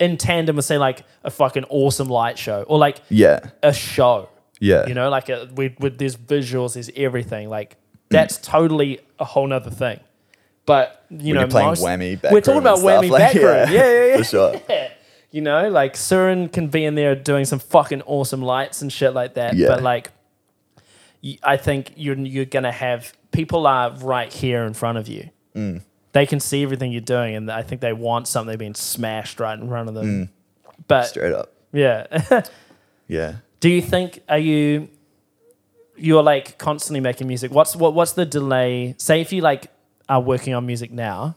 [SPEAKER 1] in tandem with say like a fucking awesome light show or like
[SPEAKER 2] yeah,
[SPEAKER 1] a show.
[SPEAKER 2] yeah,
[SPEAKER 1] You know, like a, with, with there's visuals, there's everything. Like that's totally a whole nother thing. But you
[SPEAKER 2] When
[SPEAKER 1] know,
[SPEAKER 2] you're playing
[SPEAKER 1] most- We're
[SPEAKER 2] whammy. backroom
[SPEAKER 1] talking
[SPEAKER 2] and
[SPEAKER 1] about
[SPEAKER 2] stuff,
[SPEAKER 1] whammy
[SPEAKER 2] like,
[SPEAKER 1] backroom. Yeah, yeah, yeah.
[SPEAKER 2] for sure.
[SPEAKER 1] You know, like Surin can be in there doing some fucking awesome lights and shit like that.
[SPEAKER 2] Yeah.
[SPEAKER 1] But like, y- I think you're you're gonna have people are right here in front of you. They can see everything you're doing, and I think they want something being smashed right in front of them. But
[SPEAKER 2] Straight up.
[SPEAKER 1] yeah,
[SPEAKER 2] Yeah.
[SPEAKER 1] do you think are you you're like constantly making music? What's what what's the delay? Say if you like are working on music now,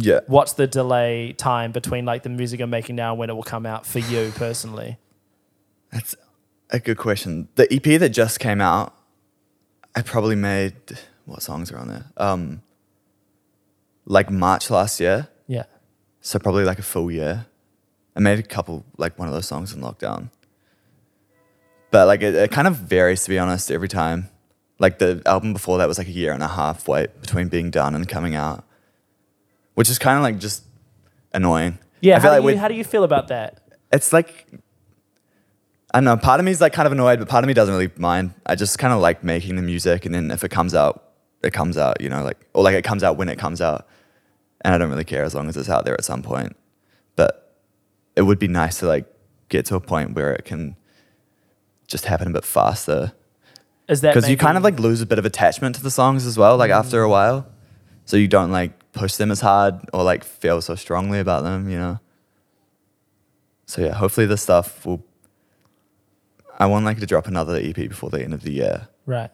[SPEAKER 2] Yeah.
[SPEAKER 1] what's the delay time between like the music I'm making now and when it will come out for you personally?
[SPEAKER 2] That's a good question. The EP that just came out, I probably made what songs are on there? Um, like March last year,
[SPEAKER 1] Yeah.
[SPEAKER 2] so probably like a full year. I made a couple, like one of those songs in lockdown. But like it, it kind of varies to be honest every time. Like the album before that was like a year and a half wait between being done and coming out, which is kind of like just annoying.
[SPEAKER 1] Yeah.
[SPEAKER 2] I feel
[SPEAKER 1] How,
[SPEAKER 2] like
[SPEAKER 1] do
[SPEAKER 2] with-
[SPEAKER 1] you, how do you feel about that?
[SPEAKER 2] it's like I don't know. Part of me is like kind of annoyed, but part of me doesn't really mind. I just kind of like making the music, and then if it comes out it comes out, you know, like or like it comes out when it comes out. And I don't really care as long as it's out there at some point. But it would be nice to like get to a point where it can just happen a bit faster
[SPEAKER 1] Is that
[SPEAKER 2] because you kind of
[SPEAKER 1] making-
[SPEAKER 2] like lose a bit of attachment to the songs as well like after a while so you don't like push them as hard or like feel so strongly about them you know so yeah hopefully this stuff will i want like to drop another ep before the end of the year
[SPEAKER 1] right?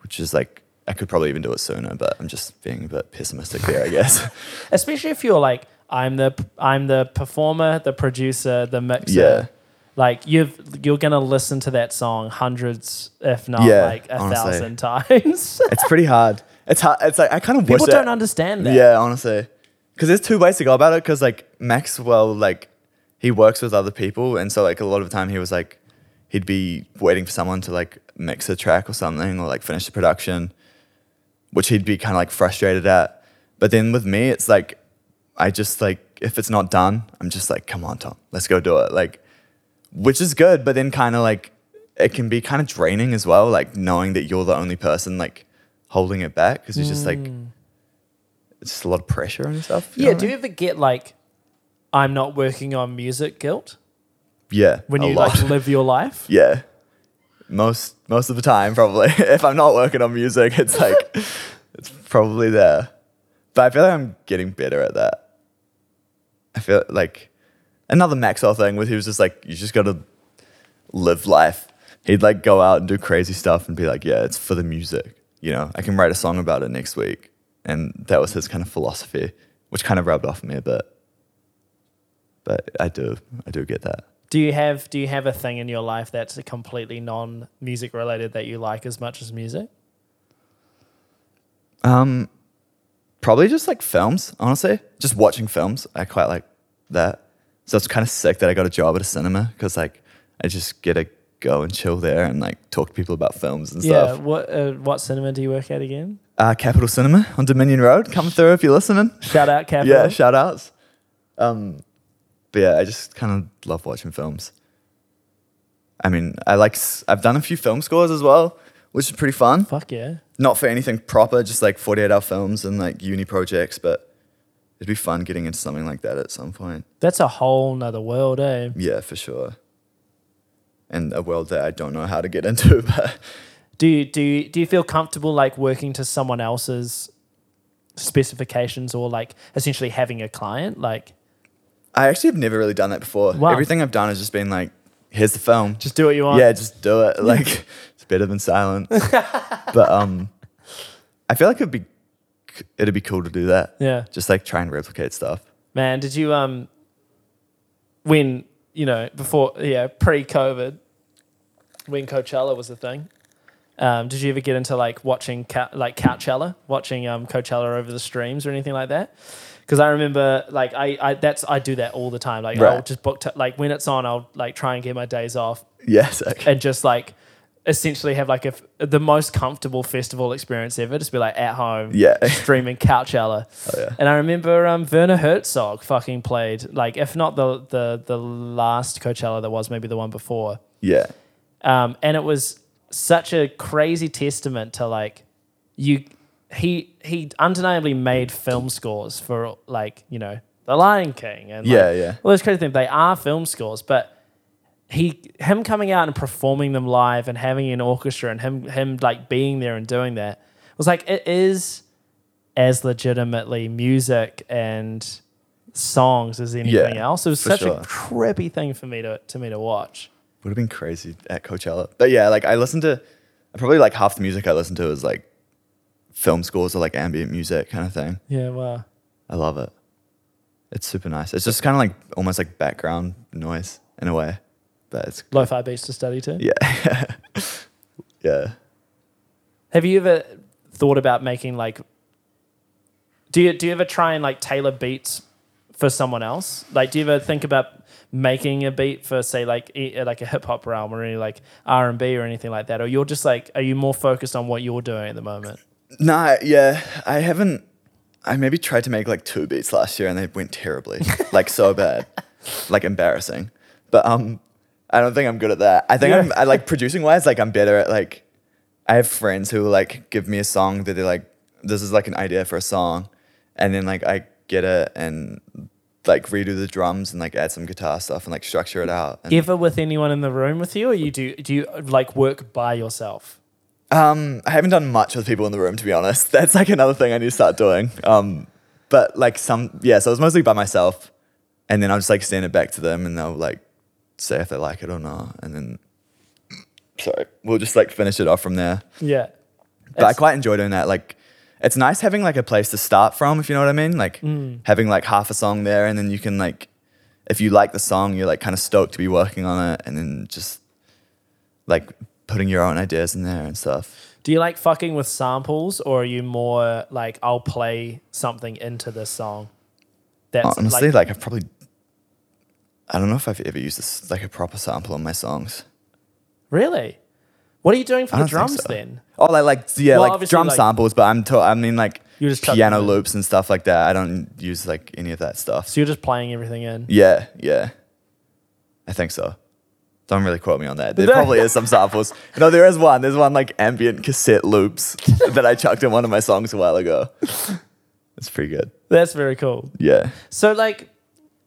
[SPEAKER 2] which is like i could probably even do it sooner but i'm just being a bit pessimistic there i guess
[SPEAKER 1] Especially if you're like I'm the I'm the performer, the producer, the mixer.
[SPEAKER 2] yeah
[SPEAKER 1] Like you've you're gonna listen to that song hundreds, if not
[SPEAKER 2] Yeah,
[SPEAKER 1] like a
[SPEAKER 2] honestly.
[SPEAKER 1] thousand times.
[SPEAKER 2] it's pretty hard it's hard it's like i kind of wish
[SPEAKER 1] People
[SPEAKER 2] it-
[SPEAKER 1] don't understand that.
[SPEAKER 2] Yeah, honestly, because there's two ways to go about it. Because like Maxwell, like he works with other people, and so like a lot of the time he was like he'd be waiting for someone to like mix a track or something, or like finish the production, which he'd be kind of like frustrated at. But then with me, it's like I just like if it's not done, I'm just like, come on, Tom, let's go do it. Like, which is good, but then kind of like it can be kind of draining as well. Like knowing that you're the only person like holding it back because it's just like it's just a lot of pressure on yourself. you
[SPEAKER 1] Yeah.
[SPEAKER 2] know what
[SPEAKER 1] Do
[SPEAKER 2] I
[SPEAKER 1] you ever get like I'm not working on music guilt
[SPEAKER 2] mean? Yeah.
[SPEAKER 1] when
[SPEAKER 2] a
[SPEAKER 1] you
[SPEAKER 2] lot.
[SPEAKER 1] like live your life?
[SPEAKER 2] yeah. Most most of the time, probably. if I'm not working on music, it's like it's probably there. But I feel like I'm getting better at that. I feel like another Maxwell thing where he was just like, you just gotta live life. He'd like go out and do crazy stuff and be like, yeah, it's for the music. You know, I can write a song about it next week. And that was his kind of philosophy, which kind of rubbed off me a bit. But I do, I do get that.
[SPEAKER 1] Do you have Do you have a thing in your life that's completely non music related that you like as much as music?
[SPEAKER 2] Um, probably just like films, honestly. Just watching films, I quite like that. So it's kind of sick that I got a job at a cinema because like I just get to go and chill there and like talk to people about films and
[SPEAKER 1] Yeah.
[SPEAKER 2] stuff.
[SPEAKER 1] What uh, What cinema do you work at again?
[SPEAKER 2] Uh, Capital Cinema on Dominion Road, come through if you're listening.
[SPEAKER 1] Shout out, Capital.
[SPEAKER 2] Yeah, shout outs. Um, but yeah, I just kind of love watching films. I mean, I like s- I've done a few film scores as well, which is pretty fun.
[SPEAKER 1] Fuck yeah.
[SPEAKER 2] not for anything proper, just like 48 hour films and like uni projects, but it'd be fun getting into something like that at some point.
[SPEAKER 1] That's a whole nother world, eh?
[SPEAKER 2] Yeah, for sure. And a world that I don't know how to get into, but
[SPEAKER 1] Do you, do you, do you feel comfortable like working to someone else's specifications or like essentially having a client? Like
[SPEAKER 2] I actually have never really done that before.
[SPEAKER 1] Wow.
[SPEAKER 2] Everything I've done has just been like, here's the film.
[SPEAKER 1] just do what you want.
[SPEAKER 2] yeah, just do it. Like it's better than silent. but um I feel like it'd be it'd be cool to do that.
[SPEAKER 1] Yeah.
[SPEAKER 2] Just like try and replicate stuff.
[SPEAKER 1] Man, did you um when, you know, before yeah, pre COVID, when Coachella was a thing, um, did you ever get into like watching cou- like Couchella, watching um Coachella over the streams or anything like that? Because I remember, like, I, I that's I do that all the time. Like, I'll
[SPEAKER 2] Right.
[SPEAKER 1] just book t- like when it's on, I'll like try and get my days off,
[SPEAKER 2] Yes. Okay.
[SPEAKER 1] and just like essentially have like a f- the most comfortable festival experience ever. Just be like at home,
[SPEAKER 2] Yeah.
[SPEAKER 1] streaming Couchella.
[SPEAKER 2] Oh, yeah.
[SPEAKER 1] And I remember um, Werner Herzog fucking played like if not the the the last Coachella that was maybe the one before,
[SPEAKER 2] Yeah.
[SPEAKER 1] um, and it was such a crazy testament to like you he he undeniably made film scores for like you know the Lion King and like,
[SPEAKER 2] Yeah, yeah.
[SPEAKER 1] all those crazy things. They are film scores, but he him coming out and performing them live and having an orchestra and him him like being there and doing that was like it is as legitimately music and songs as anything
[SPEAKER 2] Yeah,
[SPEAKER 1] else. It was
[SPEAKER 2] for
[SPEAKER 1] such
[SPEAKER 2] sure.
[SPEAKER 1] a trippy thing for me to to me to watch.
[SPEAKER 2] would have been crazy at Coachella. But yeah, like I listen to probably like half the music I listen to is like film scores or like ambient music kind of thing.
[SPEAKER 1] Yeah, wow.
[SPEAKER 2] I love it. It's super nice. It's just kind of like almost like background noise in a way, but it's
[SPEAKER 1] Lo-fi beats to study to.
[SPEAKER 2] yeah, yeah.
[SPEAKER 1] Have you ever thought about making like? Do you do you ever try and like tailor beats for someone else? Like, do you ever think about making a beat for say like e- like a hip hop realm or any like R and B or anything like that? Or you're just like, are you more focused on what you're doing at the moment?
[SPEAKER 2] Nah, yeah. I haven't. I maybe tried to make like two beats last year and they went terribly, like so bad, like embarrassing. But um, I don't think I'm good at that. I think I'm I like producing wise. Like I'm better at like I have friends who like give me a song that they're like, this is like an idea for a song, and then like I get it and like redo the drums and like add some guitar stuff and like structure it out. And,
[SPEAKER 1] Ever with anyone in the room with you, or you do do you like work by yourself?
[SPEAKER 2] Um, I haven't done much with people in the room to be honest. That's like another thing I need to start doing. Um, but like some yeah, so I was mostly by myself, and then I'll just like send it back to them and they'll like say if they like it or not, and then sorry, we'll just like finish it off from there.
[SPEAKER 1] Yeah.
[SPEAKER 2] But I
[SPEAKER 1] It's-
[SPEAKER 2] quite enjoy doing that. Like, it's nice having like a place to start from, if you know what I mean. Like having like half a song there, and then you can like, if you like the song, you're like kind of stoked to be working on it, and then just like putting your own ideas in there and stuff.
[SPEAKER 1] Do you like fucking with samples, or are you more like I'll play something into this song? That's
[SPEAKER 2] Honestly, like, I've probably, I don't know if I've ever used this like a proper sample on my songs.
[SPEAKER 1] really. What are you doing for
[SPEAKER 2] I
[SPEAKER 1] the
[SPEAKER 2] don't think
[SPEAKER 1] drums
[SPEAKER 2] so.
[SPEAKER 1] then?
[SPEAKER 2] Oh, like like yeah,
[SPEAKER 1] Well,
[SPEAKER 2] like
[SPEAKER 1] obviously,
[SPEAKER 2] drum
[SPEAKER 1] like-
[SPEAKER 2] samples, but I'm to- I mean like
[SPEAKER 1] You just chuck them
[SPEAKER 2] piano
[SPEAKER 1] in.
[SPEAKER 2] loops and stuff like that. I don't use like any of that stuff.
[SPEAKER 1] So you're just playing everything in.
[SPEAKER 2] Yeah, yeah. I think so. Don't really quote me on that. There probably is some samples. No, there is one. There's one like ambient cassette loops that I chucked in one of my songs a while ago. It's pretty good.
[SPEAKER 1] That's very cool.
[SPEAKER 2] Yeah.
[SPEAKER 1] So like,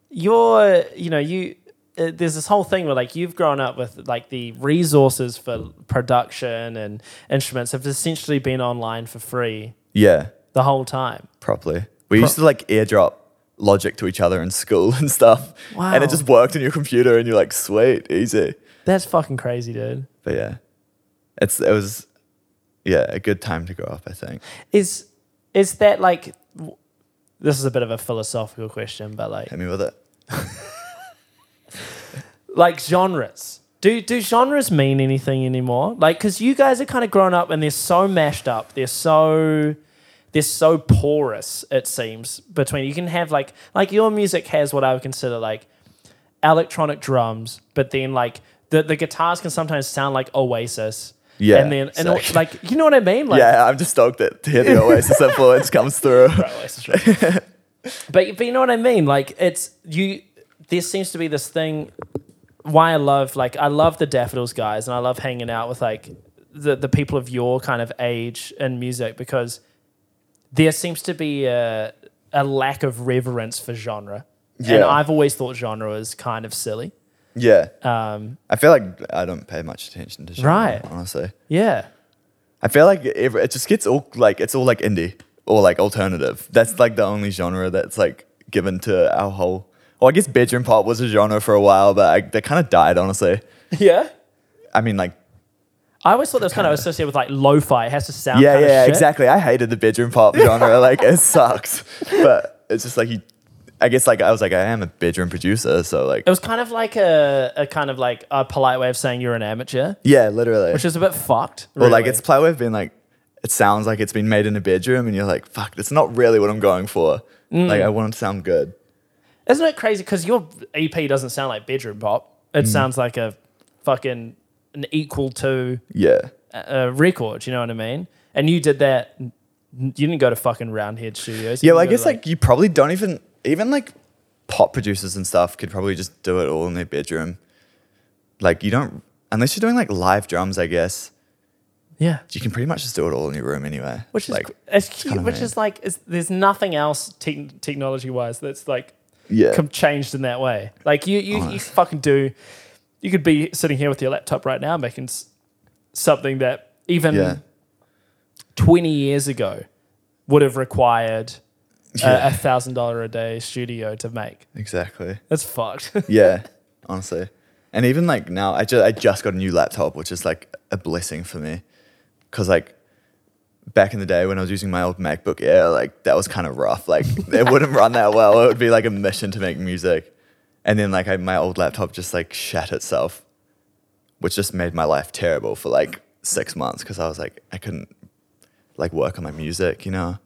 [SPEAKER 1] you're you know you uh, there's this whole thing where like you've grown up with like the resources for production and instruments have essentially been online for free
[SPEAKER 2] Yeah,
[SPEAKER 1] the whole time.
[SPEAKER 2] properly. We used to like airdrop logic to each other in school and stuff. And
[SPEAKER 1] Wow.
[SPEAKER 2] it just worked on your computer and you're like, sweet, easy.
[SPEAKER 1] That's fucking crazy, dude.
[SPEAKER 2] But yeah. It's it was yeah, a good time to grow up, I think.
[SPEAKER 1] Is is that like? w- This is a bit of a philosophical question, but like,
[SPEAKER 2] Hit me with it.
[SPEAKER 1] like genres. Do do genres mean anything anymore? Like, because you guys are kind of grown up and they're so mashed up. They're so they're so porous. It seems between you can have like like your music has what I would consider like electronic drums, but then like the the guitars can sometimes sound like Oasis.
[SPEAKER 2] Yeah,
[SPEAKER 1] and then and
[SPEAKER 2] sick.
[SPEAKER 1] like you know what I mean? Like,
[SPEAKER 2] yeah, I'm just stoked that to hear the Oasis influence comes through.
[SPEAKER 1] but but you know what I mean. Like it's you. There seems to be this thing. Why I love like I love the Daffodils guys, and I love hanging out with like the the people of your kind of age in music because there seems to be a, a lack of reverence for genre. And
[SPEAKER 2] Yeah.
[SPEAKER 1] I've always thought genre is kind of silly.
[SPEAKER 2] Yeah.
[SPEAKER 1] Um,
[SPEAKER 2] I feel like I don't pay much attention to genre,
[SPEAKER 1] Right.
[SPEAKER 2] honestly.
[SPEAKER 1] yeah.
[SPEAKER 2] I feel like it, it just gets all like it's all like indie or like alternative. That's like the only genre that's like given to our whole. Well, I guess bedroom pop was a genre for a while, but I, they kind of died, honestly.
[SPEAKER 1] Yeah.
[SPEAKER 2] I mean, like
[SPEAKER 1] I always thought that was kind of associated with like lo-fi. It has to sound
[SPEAKER 2] yeah,
[SPEAKER 1] kind of
[SPEAKER 2] yeah,
[SPEAKER 1] shit.
[SPEAKER 2] exactly. I hated the bedroom pop genre. like it sucks, but it's just like you. I guess like I was like I am a bedroom producer, so like
[SPEAKER 1] It was kind of like a, a kind of like a polite way of saying you're an amateur,
[SPEAKER 2] yeah, literally.
[SPEAKER 1] which is a bit fucked.
[SPEAKER 2] Or like
[SPEAKER 1] really.
[SPEAKER 2] it's plywave being like, it sounds like it's been made in a bedroom, and you're like, fuck, that's not really what I'm going for.
[SPEAKER 1] Mm.
[SPEAKER 2] Like I want it to sound good.
[SPEAKER 1] Isn't it crazy? Because your EP doesn't sound like bedroom pop.
[SPEAKER 2] Mm.
[SPEAKER 1] It sounds like a fucking an equal to
[SPEAKER 2] Yeah.
[SPEAKER 1] a a record. You know what I mean? And you did that. n- You didn't go to fucking Roundhead Studios. You
[SPEAKER 2] Yeah, well, I
[SPEAKER 1] didn't go to,
[SPEAKER 2] guess like, you probably don't even even like pop producers and stuff could probably just do it all in their bedroom. Like you don't unless you're doing like live drums, I guess
[SPEAKER 1] yeah,
[SPEAKER 2] you can pretty much just do it all in your room anyway.
[SPEAKER 1] which is
[SPEAKER 2] like
[SPEAKER 1] qu- it's cute,
[SPEAKER 2] kinda
[SPEAKER 1] which
[SPEAKER 2] mean.
[SPEAKER 1] is like it's, there's nothing else tech technology wise that's like
[SPEAKER 2] yeah,
[SPEAKER 1] com- changed in that way. Like you, you, you fucking do. You could be sitting here with your laptop right now making s- something that even
[SPEAKER 2] yeah,
[SPEAKER 1] 20 years ago would have required
[SPEAKER 2] Yeah.
[SPEAKER 1] a thousand dollar a day studio to make.
[SPEAKER 2] exactly.
[SPEAKER 1] That's fucked.
[SPEAKER 2] Yeah, honestly, and even like now, I just I just got a new laptop, which is like a blessing for me, because like. Back in the day when I was using my old MacBook Air, like that was kind of rough. Like it wouldn't run that well. It would be like a mission to make music. And then like I, my old laptop just like shat itself, which just made my life terrible for like six months because I was like I couldn't like work on my music, you know.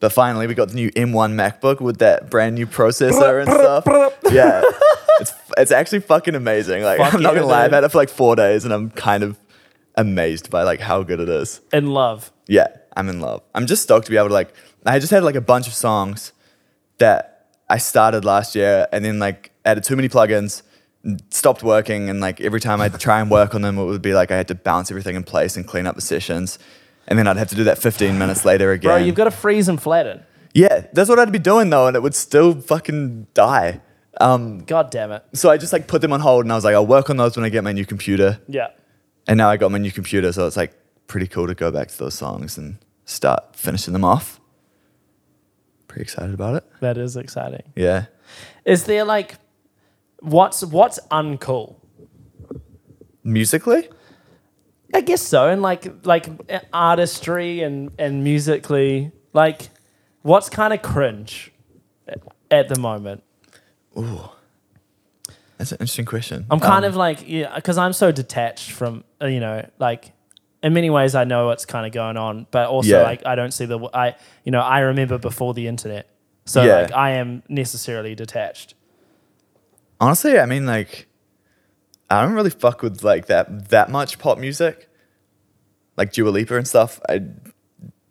[SPEAKER 2] But finally, we got the new M1 MacBook with that brand new processor and stuff. yeah, it's it's actually fucking amazing. Like
[SPEAKER 1] Fuck
[SPEAKER 2] I'm not
[SPEAKER 1] yeah,
[SPEAKER 2] gonna lie, I've
[SPEAKER 1] dude.
[SPEAKER 2] had it for like four days, and I'm kind of amazed by like how good it is.
[SPEAKER 1] In love.
[SPEAKER 2] Yeah, I'm in love. I'm just stoked to be able to like. I just had like a bunch of songs that I started last year, and then like added too many plugins, stopped working and like every time I'd try and work on them, it would be like I had to bounce everything in place and clean up the sessions. And then I'd have to do that 15 minutes later again.
[SPEAKER 1] Bro, you've got to freeze and flatten.
[SPEAKER 2] yeah, that's what I'd be doing though, and it would still fucking die. Um,
[SPEAKER 1] God damn it.
[SPEAKER 2] so I just like put them on hold and I was like, I'll work on those when I get my new computer.
[SPEAKER 1] Yeah.
[SPEAKER 2] And now I got my new computer, so it's like pretty cool to go back to those songs and start finishing them off. Pretty excited about it.
[SPEAKER 1] That is exciting.
[SPEAKER 2] Yeah.
[SPEAKER 1] Is there like what's what's uncool?
[SPEAKER 2] Musically?
[SPEAKER 1] I guess so. And like like artistry and and musically, like what's kind of cringe at, at the moment?
[SPEAKER 2] That's an interesting question. Um,
[SPEAKER 1] I'm kind of like yeah, because I'm so detached from uh, you know like. In many ways, I know what's kind of going on, but also
[SPEAKER 2] Yeah.
[SPEAKER 1] like I don't see the I you know I remember before the internet, so
[SPEAKER 2] Yeah.
[SPEAKER 1] like I am necessarily detached.
[SPEAKER 2] Honestly, I mean, like, I don't really fuck with like that that much pop music, like Dua Lipa and stuff. I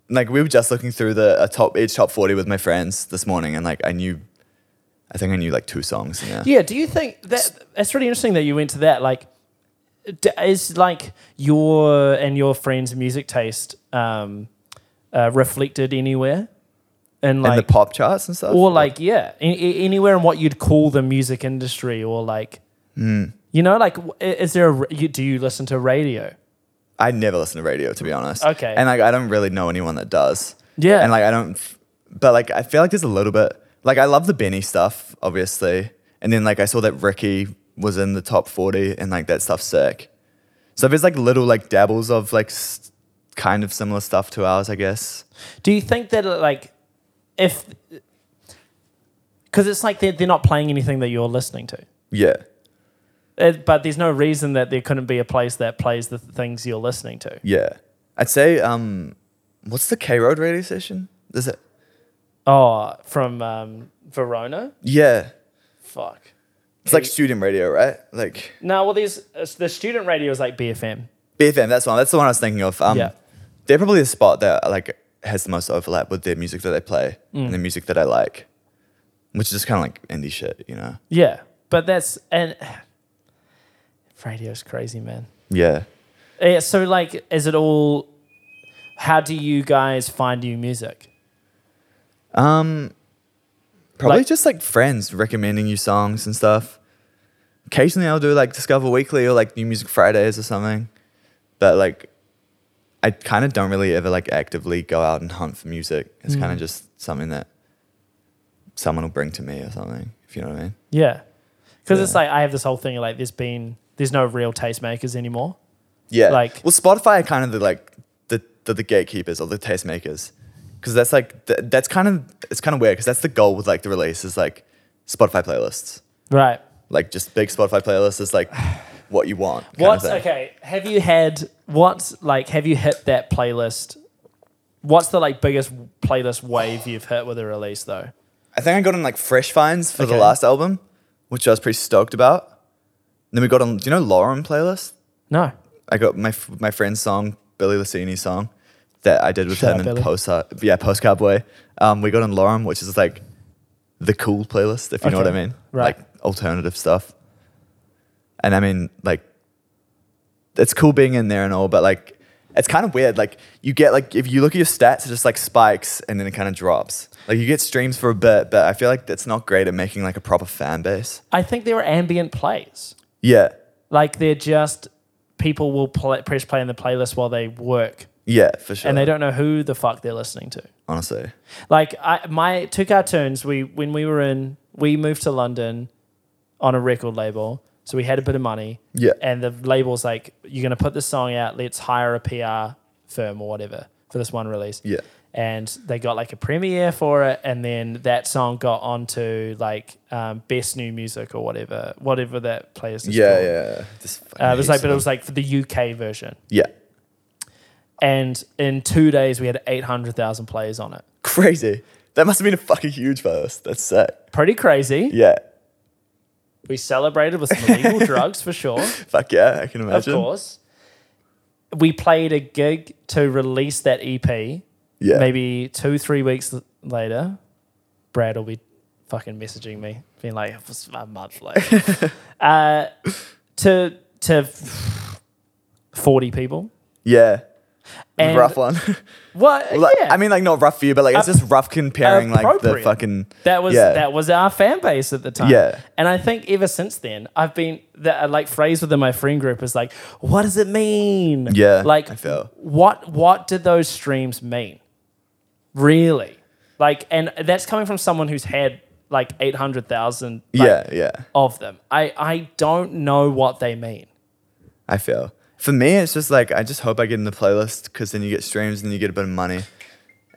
[SPEAKER 2] like we were just looking through the a top each top forty with my friends this morning, and like I knew, I think I knew like two songs. in there.
[SPEAKER 1] Yeah. Do you think that that's really interesting that you went to that? Like, d- is like your and your friend's music taste um, uh, reflected anywhere? And
[SPEAKER 2] and
[SPEAKER 1] like,
[SPEAKER 2] the pop charts and stuff.
[SPEAKER 1] or like, yeah, a- a- anywhere in what you'd call the music industry, or like,
[SPEAKER 2] Hmm.
[SPEAKER 1] you know, like, w- i- is there a r- you, do you listen to radio?
[SPEAKER 2] I never listen to radio to be honest.
[SPEAKER 1] Okay.
[SPEAKER 2] and like I don't really know anyone that does.
[SPEAKER 1] Yeah.
[SPEAKER 2] and like I don't, but like I feel like there's a little bit. Like I love the Benny stuff, obviously, and then like I saw that Ricky was in the top forty, and like that stuff's sick. So there's like little like dabbles of like s- kind of similar stuff to ours, I guess.
[SPEAKER 1] Do you think that uh, like if because it's like they're, they're not playing anything that you're listening to?
[SPEAKER 2] Yeah,
[SPEAKER 1] Uh, but there's no reason that there couldn't be a place that plays the th- things you're listening to.
[SPEAKER 2] yeah. I'd say um, what's the K Road radio station? Is it?
[SPEAKER 1] Oh, from um, Verona?
[SPEAKER 2] Yeah,
[SPEAKER 1] Fuck.
[SPEAKER 2] it's like student radio, right? Like
[SPEAKER 1] No, well, there's uh, the student radio is like BFM.
[SPEAKER 2] BFM, that's one. That's the one I was thinking of. Um,
[SPEAKER 1] Yeah.
[SPEAKER 2] They're probably the spot that like has the most overlap with their music that they play and the
[SPEAKER 1] Mm.
[SPEAKER 2] music that I like, which is just kind of like indie shit, you know?
[SPEAKER 1] Yeah, but that's and radio's crazy, man.
[SPEAKER 2] Yeah.
[SPEAKER 1] Yeah, so like, is it all? How do you guys find new music?
[SPEAKER 2] Um, Probably
[SPEAKER 1] Like-
[SPEAKER 2] just like friends recommending you songs and stuff. Occasionally I'll do like Discover Weekly or like New Music Fridays or something, but like I kind of don't really ever like actively go out and hunt for music. It's
[SPEAKER 1] Mm.
[SPEAKER 2] kind of just something that someone will bring to me or something, if you know what I mean.
[SPEAKER 1] Yeah, because it's like I have this whole thing like there's been there's no real tastemakers anymore.
[SPEAKER 2] Yeah.
[SPEAKER 1] Like-
[SPEAKER 2] well, Spotify are kind of the like the the, the gatekeepers or the tastemakers, because that's like th- that's kind of it's kind of weird because that's the goal with like the release is like Spotify playlists,
[SPEAKER 1] Right.
[SPEAKER 2] like just big Spotify playlists is like what you want. kind of
[SPEAKER 1] What's
[SPEAKER 2] thing.
[SPEAKER 1] okay? Have you had what's like? Have you hit that playlist? What's the like biggest playlist wave you've hit with a release though?
[SPEAKER 2] I think I got on like Fresh Finds for the
[SPEAKER 1] Okay.
[SPEAKER 2] last album, which I was pretty stoked about. then we got on. Do you know Lauren playlist?
[SPEAKER 1] No.
[SPEAKER 2] I got my f- my friend's song, Billy Lucini's song, that I did with
[SPEAKER 1] Shout out
[SPEAKER 2] him and
[SPEAKER 1] Billy.
[SPEAKER 2] post uh, yeah postcard boy. Um, we got on Lorem, which is like the cool playlist, if you know what I
[SPEAKER 1] Okay,
[SPEAKER 2] mean,
[SPEAKER 1] right.
[SPEAKER 2] Like alternative stuff. And I mean, like, it's cool being in there and all, but like, it's kind of weird. Like, you get like if you look at your stats, it just like spikes and then it kind of drops. Like, you get streams for a bit, but I feel like that's not great at making like a proper fan base.
[SPEAKER 1] I think they were ambient plays.
[SPEAKER 2] Yeah,
[SPEAKER 1] Like they're just people will play, press play in the playlist while they work,
[SPEAKER 2] yeah, for sure.
[SPEAKER 1] and they don't know who the fuck they're listening to.
[SPEAKER 2] honestly,
[SPEAKER 1] Like I, my two cartoons. We when we were in, we moved to London on a record label, so we had a bit of money.
[SPEAKER 2] Yeah.
[SPEAKER 1] And the label's like, "You're gonna put this song out. Let's hire a PR firm or whatever for this one release."
[SPEAKER 2] yeah,
[SPEAKER 1] and they got like a premiere for it and then that song got onto like um, best new music or whatever whatever that playlist is
[SPEAKER 2] yeah,
[SPEAKER 1] called.
[SPEAKER 2] yeah. Just
[SPEAKER 1] Uh, it was like,
[SPEAKER 2] fucking
[SPEAKER 1] but it was like for the UK version,
[SPEAKER 2] Yeah.
[SPEAKER 1] and in two days we had eight hundred thousand plays on it.
[SPEAKER 2] Crazy. That must have been a fucking huge first. That's sick.
[SPEAKER 1] Pretty crazy.
[SPEAKER 2] Yeah.
[SPEAKER 1] We celebrated with some illegal drugs for sure,
[SPEAKER 2] Fuck yeah, I can
[SPEAKER 1] of
[SPEAKER 2] imagine.
[SPEAKER 1] course. We played a gig to release that E EP.
[SPEAKER 2] Yeah.
[SPEAKER 1] Maybe two, three weeks l- later, Brad will be fucking messaging me, being like, "It was a month later." uh, to to forty people.
[SPEAKER 2] Yeah.
[SPEAKER 1] And
[SPEAKER 2] rough one.
[SPEAKER 1] What?
[SPEAKER 2] Like,
[SPEAKER 1] yeah.
[SPEAKER 2] I mean, like not rough for you, but like it's just rough comparing like the
[SPEAKER 1] appropriate.
[SPEAKER 2] fucking.
[SPEAKER 1] That was
[SPEAKER 2] yeah.
[SPEAKER 1] that was our fan base at the time.
[SPEAKER 2] Yeah.
[SPEAKER 1] And I think ever since then, I've been that like phrase within my friend group is like, what does it mean?
[SPEAKER 2] Yeah,
[SPEAKER 1] Like
[SPEAKER 2] I feel.
[SPEAKER 1] what what did those streams mean? Really? Like and that's coming from someone who's had like 800,000 like,
[SPEAKER 2] yeah, yeah.
[SPEAKER 1] of them. I I don't know what they mean.
[SPEAKER 2] I feel. For me, it's just like I just hope I get in the playlist because then you get streams and you get a bit of money,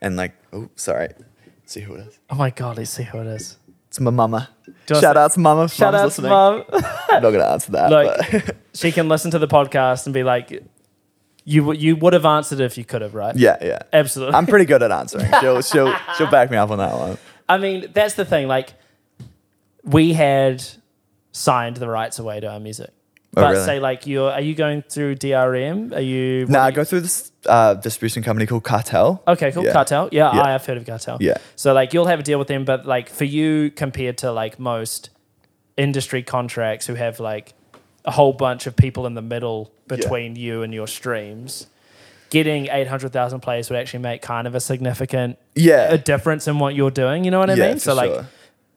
[SPEAKER 2] and like oh sorry, Let's see who it is.
[SPEAKER 1] Oh my god, let's see who it is.
[SPEAKER 2] It's my mama.
[SPEAKER 1] Do you
[SPEAKER 2] Shout
[SPEAKER 1] wanna
[SPEAKER 2] out to mama. if
[SPEAKER 1] Shout
[SPEAKER 2] mama's
[SPEAKER 1] out
[SPEAKER 2] listening.
[SPEAKER 1] to mum.
[SPEAKER 2] I'm not gonna answer that.
[SPEAKER 1] Like-
[SPEAKER 2] but-
[SPEAKER 1] she can listen to the podcast and be like you w- you would have answered if you could have, right?
[SPEAKER 2] yeah, yeah.
[SPEAKER 1] Absolutely.
[SPEAKER 2] I'm pretty good at answering. She'll she'll she'll back me up on that one.
[SPEAKER 1] I mean, that's the thing. Like, we had signed the rights away to our music.
[SPEAKER 2] Oh,
[SPEAKER 1] but
[SPEAKER 2] really?
[SPEAKER 1] say, like, you're are you going through DRM? Are you?
[SPEAKER 2] Nah, I go through this uh, distribution company called Cartel.
[SPEAKER 1] Okay, cool.
[SPEAKER 2] Yeah.
[SPEAKER 1] Cartel. Yeah,
[SPEAKER 2] Yeah.
[SPEAKER 1] I have heard of Cartel.
[SPEAKER 2] Yeah.
[SPEAKER 1] So like, you'll have a deal with them, but like for you, compared to like most industry contracts who have like a whole bunch of people in the middle between you and your streams. Getting 800,000 plays would actually make kind of a significant
[SPEAKER 2] Yeah,
[SPEAKER 1] a difference in what you're doing. You know what I
[SPEAKER 2] Yeah,
[SPEAKER 1] mean?
[SPEAKER 2] for
[SPEAKER 1] So, like,
[SPEAKER 2] sure.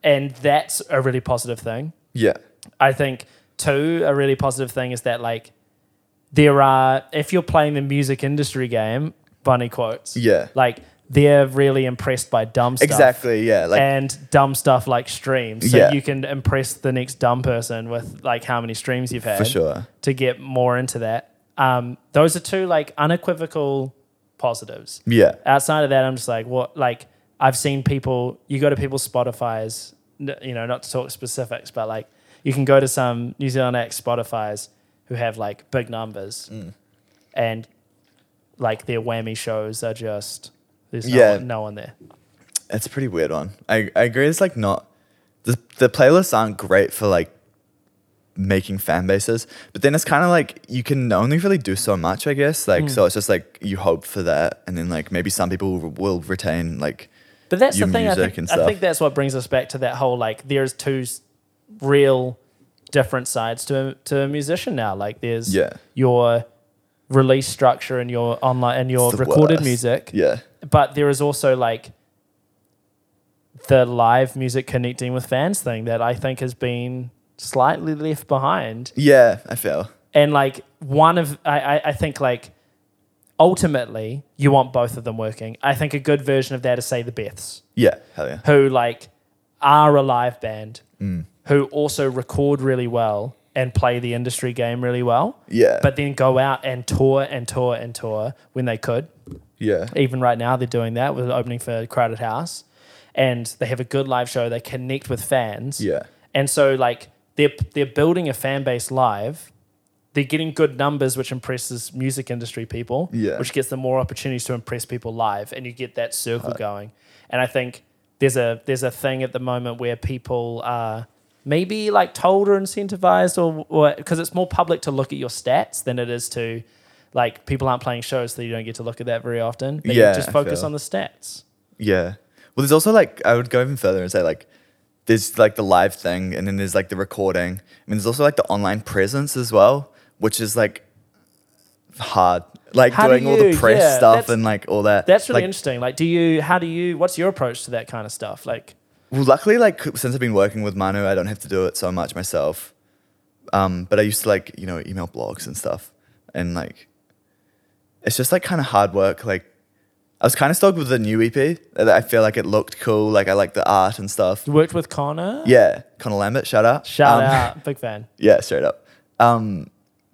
[SPEAKER 1] and that's a really positive thing.
[SPEAKER 2] yeah,
[SPEAKER 1] I think two, a really positive thing is that like there are if you're playing the music industry game, bunny quotes.
[SPEAKER 2] yeah.
[SPEAKER 1] Like they're really impressed by dumb stuff.
[SPEAKER 2] Exactly. Yeah, like
[SPEAKER 1] and dumb stuff like streams. So
[SPEAKER 2] Yeah.
[SPEAKER 1] you can impress the next dumb person with like how many streams you've had
[SPEAKER 2] for sure.
[SPEAKER 1] to get more into that. Um, those are two like unequivocal positives
[SPEAKER 2] Yeah,
[SPEAKER 1] outside of that, I'm just like, what? Like, I've seen people. You go to people's Spotify's. n- You know, not to talk specifics, but like, you can go to some New Zealand ex Spotify's who have like big numbers,
[SPEAKER 2] Mm.
[SPEAKER 1] and like their whammy shows are just there's no,
[SPEAKER 2] Yeah.
[SPEAKER 1] one, no one there.
[SPEAKER 2] it's a pretty weird one. I I agree. It's like not the the playlists aren't great for like making fan bases, but then it's kind of like you can only really do so much, I guess.
[SPEAKER 1] Hmm.
[SPEAKER 2] Like so, it's just like you hope for that, and then like maybe some people will- will retain like
[SPEAKER 1] But that's the
[SPEAKER 2] your
[SPEAKER 1] thing. I
[SPEAKER 2] music
[SPEAKER 1] think,
[SPEAKER 2] and
[SPEAKER 1] I
[SPEAKER 2] stuff.
[SPEAKER 1] think that's what brings us back to that whole like there's two s- real different sides to a, to a musician now. Like there's
[SPEAKER 2] Yeah.
[SPEAKER 1] your release structure and your online and your
[SPEAKER 2] the
[SPEAKER 1] recorded
[SPEAKER 2] worst.
[SPEAKER 1] music.
[SPEAKER 2] Yeah,
[SPEAKER 1] But there is also like the live music connecting with fans thing that I think has been slightly left behind
[SPEAKER 2] yeah. I feel.
[SPEAKER 1] and like one of I, I I think like ultimately you want both of them working. I think a good version of that is say the Beths,
[SPEAKER 2] Yeah, hell yeah.
[SPEAKER 1] who like are a live band, who also record really well and play the industry game really well,
[SPEAKER 2] Yeah,
[SPEAKER 1] but then go out and tour and tour and tour when they could.
[SPEAKER 2] yeah,
[SPEAKER 1] Even right now they're doing that with an opening for Crowded House, and they have a good live show. They connect with fans.
[SPEAKER 2] yeah,
[SPEAKER 1] And so like they're they're building a fan base live. They're getting good numbers, which impresses music industry people,
[SPEAKER 2] Yeah.
[SPEAKER 1] which gets them more opportunities to impress people live, and you get that circle going. And I think there's a there's a thing at the moment where people are maybe like told or incentivized, or or because it's more public to look at your stats than it is to like people aren't playing shows, so you don't get to look at that very often. They
[SPEAKER 2] Yeah,
[SPEAKER 1] just
[SPEAKER 2] I
[SPEAKER 1] focus
[SPEAKER 2] feel.
[SPEAKER 1] on the stats.
[SPEAKER 2] yeah. Well, there's also like I would go even further and say like there's like the live thing, and then there's like the recording. I mean, there's also like the online presence as well, which is like hard, like
[SPEAKER 1] How do
[SPEAKER 2] doing all the
[SPEAKER 1] you-
[SPEAKER 2] press
[SPEAKER 1] yeah,
[SPEAKER 2] stuff
[SPEAKER 1] that's-
[SPEAKER 2] and like all that.
[SPEAKER 1] That's really
[SPEAKER 2] like,
[SPEAKER 1] interesting. Like, do you? How do you? What's your approach to that kind of stuff? Like,
[SPEAKER 2] Well, luckily, like since I've been working with Manu, I don't have to do it so much myself. Um, but I used to like you know email blogs and stuff, and like it's just like kind of hard work. Like I was kind of stoked with the new EP. that I feel like it looked cool. Like I like the art and stuff.
[SPEAKER 1] You worked with Connor.
[SPEAKER 2] Yeah, Connor Lambert, shout out.
[SPEAKER 1] Shout
[SPEAKER 2] Um,
[SPEAKER 1] out, big fan.
[SPEAKER 2] Yeah, straight up. Um,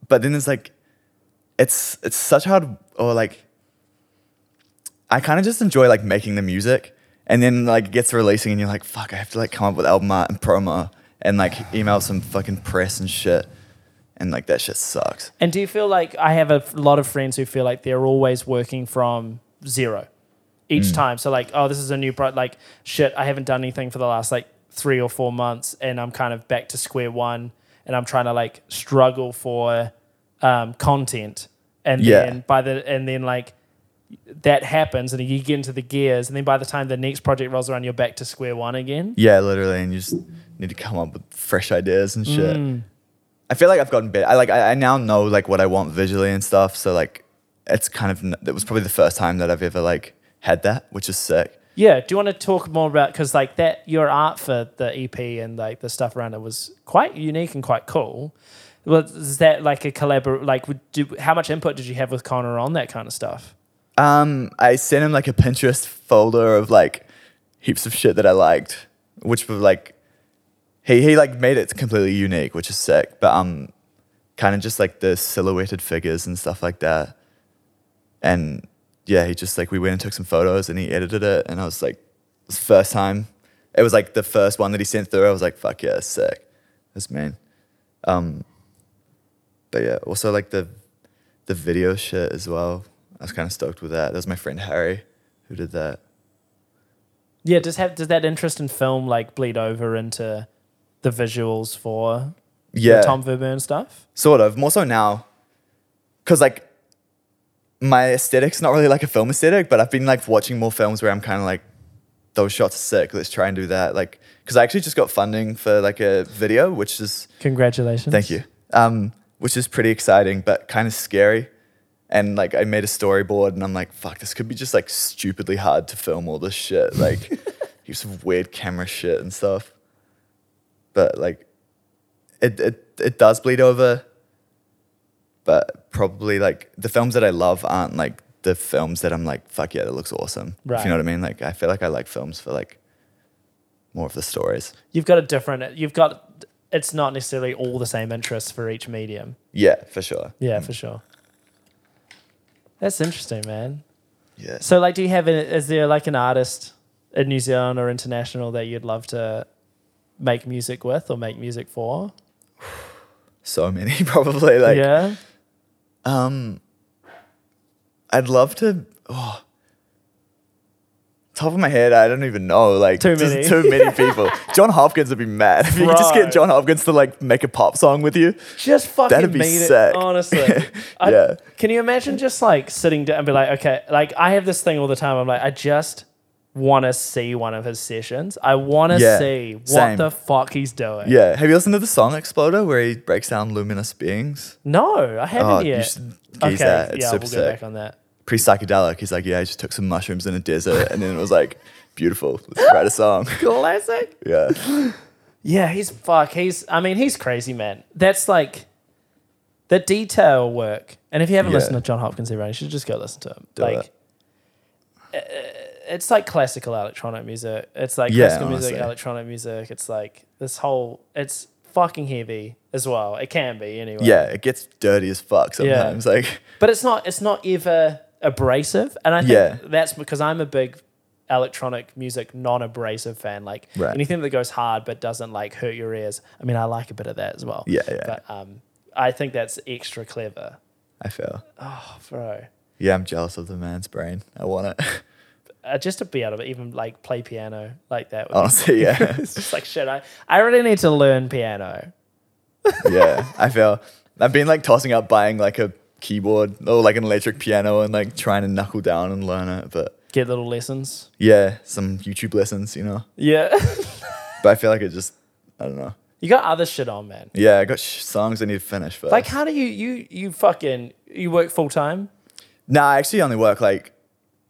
[SPEAKER 2] but then it's like, it's it's such hard, or like, I kind of just enjoy like making the music, and then like it gets releasing, and you're like, fuck, I have to like come up with album art and promo, and like email some fucking press and shit, and like that shit sucks.
[SPEAKER 1] And do you feel like I have a f- lot of friends who feel like they're always working from zero each
[SPEAKER 2] Mm.
[SPEAKER 1] time? So like, oh, this is a new product. Like, shit, I haven't done anything for the last like three or four months, and I'm kind of back to square one, and I'm trying to like struggle for um, content, and
[SPEAKER 2] Yeah.
[SPEAKER 1] then by the and then like that happens and you get into the gears and then by the time the next project rolls around you're back to square one again
[SPEAKER 2] Yeah, literally, and you just need to come up with fresh ideas and shit.
[SPEAKER 1] Mm.
[SPEAKER 2] I feel like I've gotten better. I like I, I now know like what I want visually and stuff. So like, it's kind of n- that was probably the first time that I've ever like had that, which is sick.
[SPEAKER 1] yeah do you want to talk more about because like that your art for the ep and like the stuff around it was quite unique and quite cool well is that like a collabor like would do how much input did you have with connor on that kind of stuff
[SPEAKER 2] Um, I sent him like a Pinterest folder of like heaps of shit that I liked, which was like he he like made it completely unique, which is sick. But um, kind of just like the silhouetted figures and stuff like that, and yeah, he just like we went and took some photos and he edited it, and I was like, it was the first time, it was like the first one that he sent through. I was like, fuck yeah, it's sick, that's man. Um, but yeah, also like the the video shit as well. I was kind of stoked with that. That was my friend Harry who did that.
[SPEAKER 1] yeah does have does that interest in film like bleed over into the visuals for
[SPEAKER 2] Yeah,
[SPEAKER 1] the tom verburn stuff
[SPEAKER 2] sort of. More so now, because like my aesthetic's not really like a film aesthetic, but I've been like watching more films where I'm kind of like, those shots are sick. Let's try and do that. Like, because I actually just got funding for like a video, which is
[SPEAKER 1] congratulations
[SPEAKER 2] Thank you. Um, which is pretty exciting, but kind of scary. And like, I made a storyboard, and I'm like, fuck, this could be just like stupidly hard to film all this shit, like heaps of weird camera shit and stuff. But like, it it it does bleed over. But probably like the films that I love aren't like the films that I'm like, fuck yeah, that looks awesome. If
[SPEAKER 1] Right.
[SPEAKER 2] you know what I mean? Like, I feel like I like films for like more of the stories.
[SPEAKER 1] you've got a different you've got it's not necessarily all the same interests for each medium
[SPEAKER 2] Yeah, for sure. Mm,
[SPEAKER 1] yeah for sure that's interesting man
[SPEAKER 2] Yeah.
[SPEAKER 1] so like do you have an, is there like an artist in new zealand or international that you'd love to make music with or make music for
[SPEAKER 2] So many, probably. Like,
[SPEAKER 1] yeah
[SPEAKER 2] Um, I'd love to. Oh, top of my head, I don't even know. Like
[SPEAKER 1] Too
[SPEAKER 2] just
[SPEAKER 1] many.
[SPEAKER 2] too many people. John Hopkins would be mad if you could just
[SPEAKER 1] Bro.
[SPEAKER 2] get John Hopkins to like make a pop song with you.
[SPEAKER 1] just fucking
[SPEAKER 2] That'd be
[SPEAKER 1] mean
[SPEAKER 2] sick.
[SPEAKER 1] it honestly I-
[SPEAKER 2] Yeah.
[SPEAKER 1] can you imagine just like sitting down and be like okay like i have this thing all the time i'm like i just want to see one of his sessions i want to
[SPEAKER 2] Yeah,
[SPEAKER 1] see what
[SPEAKER 2] same.
[SPEAKER 1] the fuck he's doing
[SPEAKER 2] Yeah. Have you listened to the song Exploder where he breaks down luminous beings?
[SPEAKER 1] No, I haven't
[SPEAKER 2] Oh,
[SPEAKER 1] yet.
[SPEAKER 2] you should geez that. It's
[SPEAKER 1] yeah,
[SPEAKER 2] super
[SPEAKER 1] we'll
[SPEAKER 2] sick.
[SPEAKER 1] get back on that.
[SPEAKER 2] Pretty psychedelic. He's like, yeah, I just took some mushrooms in a desert, and then it was like, beautiful. Let's write a song.
[SPEAKER 1] Classic.
[SPEAKER 2] Yeah.
[SPEAKER 1] Yeah, he's fuck. He's. I mean, he's crazy, man. That's like the detail work. And if you haven't
[SPEAKER 2] Yeah.
[SPEAKER 1] listened to John Hopkins, everyone, you should just go listen to him.
[SPEAKER 2] Do
[SPEAKER 1] like,
[SPEAKER 2] it.
[SPEAKER 1] uh, it's like classical electronic music. It's like
[SPEAKER 2] Yeah,
[SPEAKER 1] classical music,
[SPEAKER 2] honestly.
[SPEAKER 1] electronic music. It's like this whole. It's fucking heavy as well. It can be anyway.
[SPEAKER 2] Yeah. It gets dirty as fuck sometimes. Like,
[SPEAKER 1] but it's not it's not ever abrasive and i think
[SPEAKER 2] Yeah.
[SPEAKER 1] that's because i'm a big electronic music non-abrasive fan like
[SPEAKER 2] Right.
[SPEAKER 1] anything that goes hard but doesn't like hurt your ears i mean i like a bit of that as well
[SPEAKER 2] Yeah, yeah.
[SPEAKER 1] but um i think that's extra clever
[SPEAKER 2] I feel.
[SPEAKER 1] oh bro
[SPEAKER 2] Yeah, I'm jealous of the man's brain. I want it.
[SPEAKER 1] uh, just to be able to even like play piano like that would
[SPEAKER 2] Honestly, yeah.
[SPEAKER 1] it's just like shit i i really need to learn piano
[SPEAKER 2] yeah, I feel. I've been like tossing up buying like a keyboard or like an electric piano and like trying to knuckle down and learn it. But
[SPEAKER 1] get little lessons
[SPEAKER 2] yeah, some YouTube lessons, you know.
[SPEAKER 1] yeah
[SPEAKER 2] But I feel like it just, I don't know.
[SPEAKER 1] you got other shit on man
[SPEAKER 2] Yeah, I got sh- songs I need to finish. But
[SPEAKER 1] like how do you you you fucking you work full-time
[SPEAKER 2] nah, I actually only work like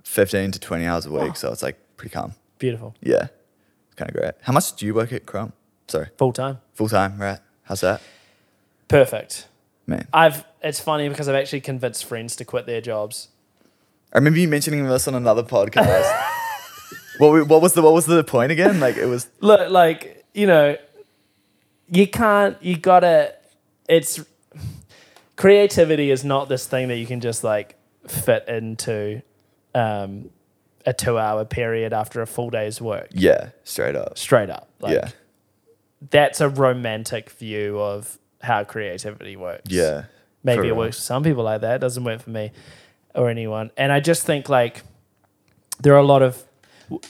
[SPEAKER 2] 15 to 20 hours a week. So it's like pretty calm.
[SPEAKER 1] beautiful
[SPEAKER 2] Yeah, kind of great. How much do you work at Chrome? Sorry,
[SPEAKER 1] full-time
[SPEAKER 2] full time, right? How's that?
[SPEAKER 1] perfect
[SPEAKER 2] Man.
[SPEAKER 1] I've it's funny because I've actually convinced friends to quit their jobs.
[SPEAKER 2] I remember you mentioning this on another podcast. what, we- what was the what was the point again? Like it was
[SPEAKER 1] Look, like, you know, you can't you gotta it's creativity is not this thing that you can just like fit into um a two hour period after a full day's work.
[SPEAKER 2] yeah, straight up.
[SPEAKER 1] Straight up. Like
[SPEAKER 2] yeah,
[SPEAKER 1] that's a romantic view of how creativity works.
[SPEAKER 2] yeah. For
[SPEAKER 1] maybe it
[SPEAKER 2] real.
[SPEAKER 1] works for some people like that. It doesn't work for me or anyone. And I just think like there are a lot of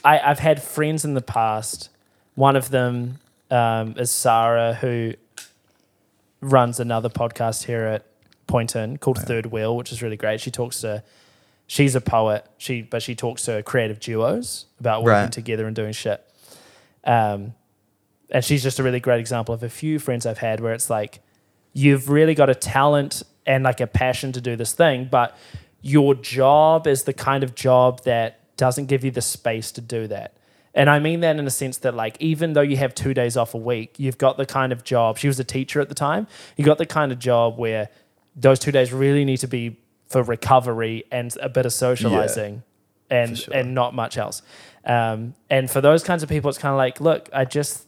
[SPEAKER 1] I, I've had friends in the past. One of them um, is Sarah, who runs another podcast here at Point In called Third Wheel, which is really great. She talks to she's a poet. She but she talks to creative duos about working
[SPEAKER 2] Right.
[SPEAKER 1] together and doing shit. Um, and she's just a really great example of a few friends I've had where it's like you've really got a talent and like a passion to do this thing, but your job is the kind of job that doesn't give you the space to do that. And I mean that in a sense that, like, even though you have two days off a week, you've got the kind of job. She was a teacher at the time. You got the kind of job where those two days really need to be for recovery and a bit of socializing and
[SPEAKER 2] sure.
[SPEAKER 1] and not much else. Um, and for those kinds of people, it's kind of like, look, I just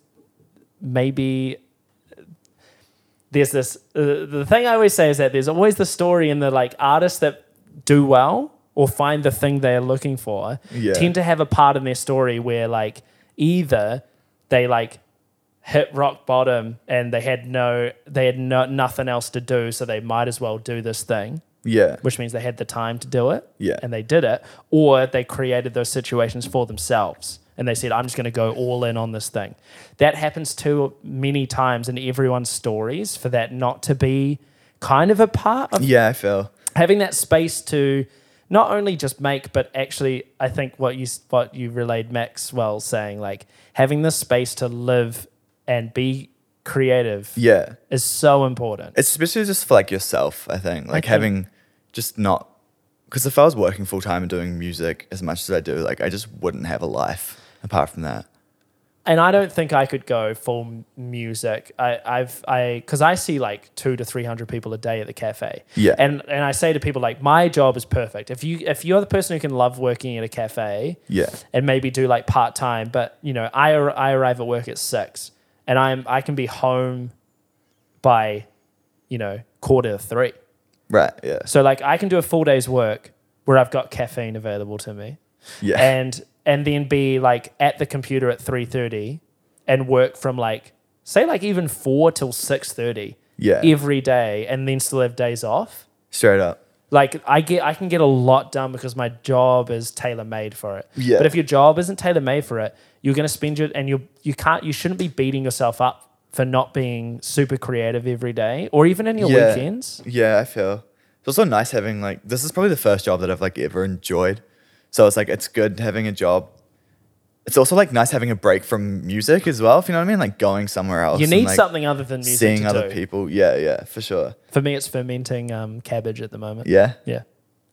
[SPEAKER 1] maybe there's this uh, the thing I always say is that there's always the story in the like artists that do well or find the thing they are looking for
[SPEAKER 2] Yeah.
[SPEAKER 1] tend to have a part in their story where like either they like hit rock bottom and they had no they had no, nothing else to do so they might as well do this thing
[SPEAKER 2] Yeah.
[SPEAKER 1] which means they had the time to do it
[SPEAKER 2] Yeah.
[SPEAKER 1] and they did it or they created those situations for themselves and they said i'm just going to go all in on this thing that happens too many times in everyone's stories for that not to be kind of a part of
[SPEAKER 2] Yeah, I feel.
[SPEAKER 1] having that space to not only just make but actually i think what you what you relayed maxwell saying like having the space to live and be creative
[SPEAKER 2] Yeah.
[SPEAKER 1] is so important
[SPEAKER 2] It's especially just for like yourself, I think. Like
[SPEAKER 1] Okay.
[SPEAKER 2] having just not because if I was working full time and doing music as much as I do, like I just wouldn't have a life apart from that.
[SPEAKER 1] and I don't think I could go full m- music. I, I've I because I see like two to three hundred people a day at the cafe.
[SPEAKER 2] Yeah.
[SPEAKER 1] and and I say to people like, my job is perfect. If you if you're the person who can love working at a cafe,
[SPEAKER 2] Yeah.
[SPEAKER 1] and maybe do like part time, but you know, I ar- I arrive at work at six, and I'm I can be home by, you know, quarter to three.
[SPEAKER 2] Right. Yeah.
[SPEAKER 1] So like I can do a full day's work where I've got caffeine available to me
[SPEAKER 2] Yeah.
[SPEAKER 1] and and then be like at the computer at 3.30 and work from like say like even 4 till 6.30
[SPEAKER 2] yeah.
[SPEAKER 1] every day and then still have days off
[SPEAKER 2] Straight up.
[SPEAKER 1] like i get i can get a lot done because my job is tailor-made for it
[SPEAKER 2] Yeah.
[SPEAKER 1] but if your job isn't tailor-made for it you're going to spend your and you you can't you shouldn't be beating yourself up for not being super creative every day or even in your
[SPEAKER 2] Yeah.
[SPEAKER 1] weekends
[SPEAKER 2] Yeah, I feel. It's also nice having like this is probably the first job that I've like ever enjoyed. So it's like it's good having a job. It's also like nice having a break from music as well, if you know what I mean? Like going somewhere else.
[SPEAKER 1] you
[SPEAKER 2] and,
[SPEAKER 1] need
[SPEAKER 2] like,
[SPEAKER 1] something other than music
[SPEAKER 2] seeing
[SPEAKER 1] to
[SPEAKER 2] other
[SPEAKER 1] do.
[SPEAKER 2] people. Yeah, yeah, for sure.
[SPEAKER 1] for me it's fermenting um, cabbage at the moment
[SPEAKER 2] Yeah.
[SPEAKER 1] yeah.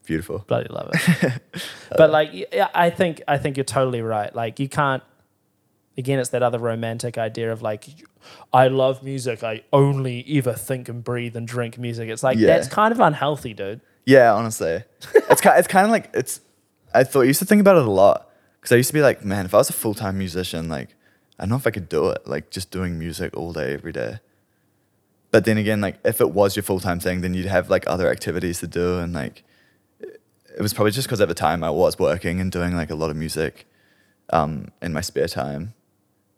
[SPEAKER 2] Beautiful.
[SPEAKER 1] bloody love it. but like, yeah, I think I think you're totally right. Like, you can't. Again, it's that other romantic idea of like, I love music. I only ever think and breathe and drink music. It's like
[SPEAKER 2] Yeah.
[SPEAKER 1] that's kind of unhealthy, dude.
[SPEAKER 2] Yeah, honestly. it's kind it's kind of like it's I thought I used to think about it a lot cuz I used to be like, man, if I was a full-time musician, like I don't know if I could do it, like just doing music all day every day. But then again, like if it was your full-time thing, then you'd have like other activities to do and like it was probably just cuz at the time I was working and doing like a lot of music um in my spare time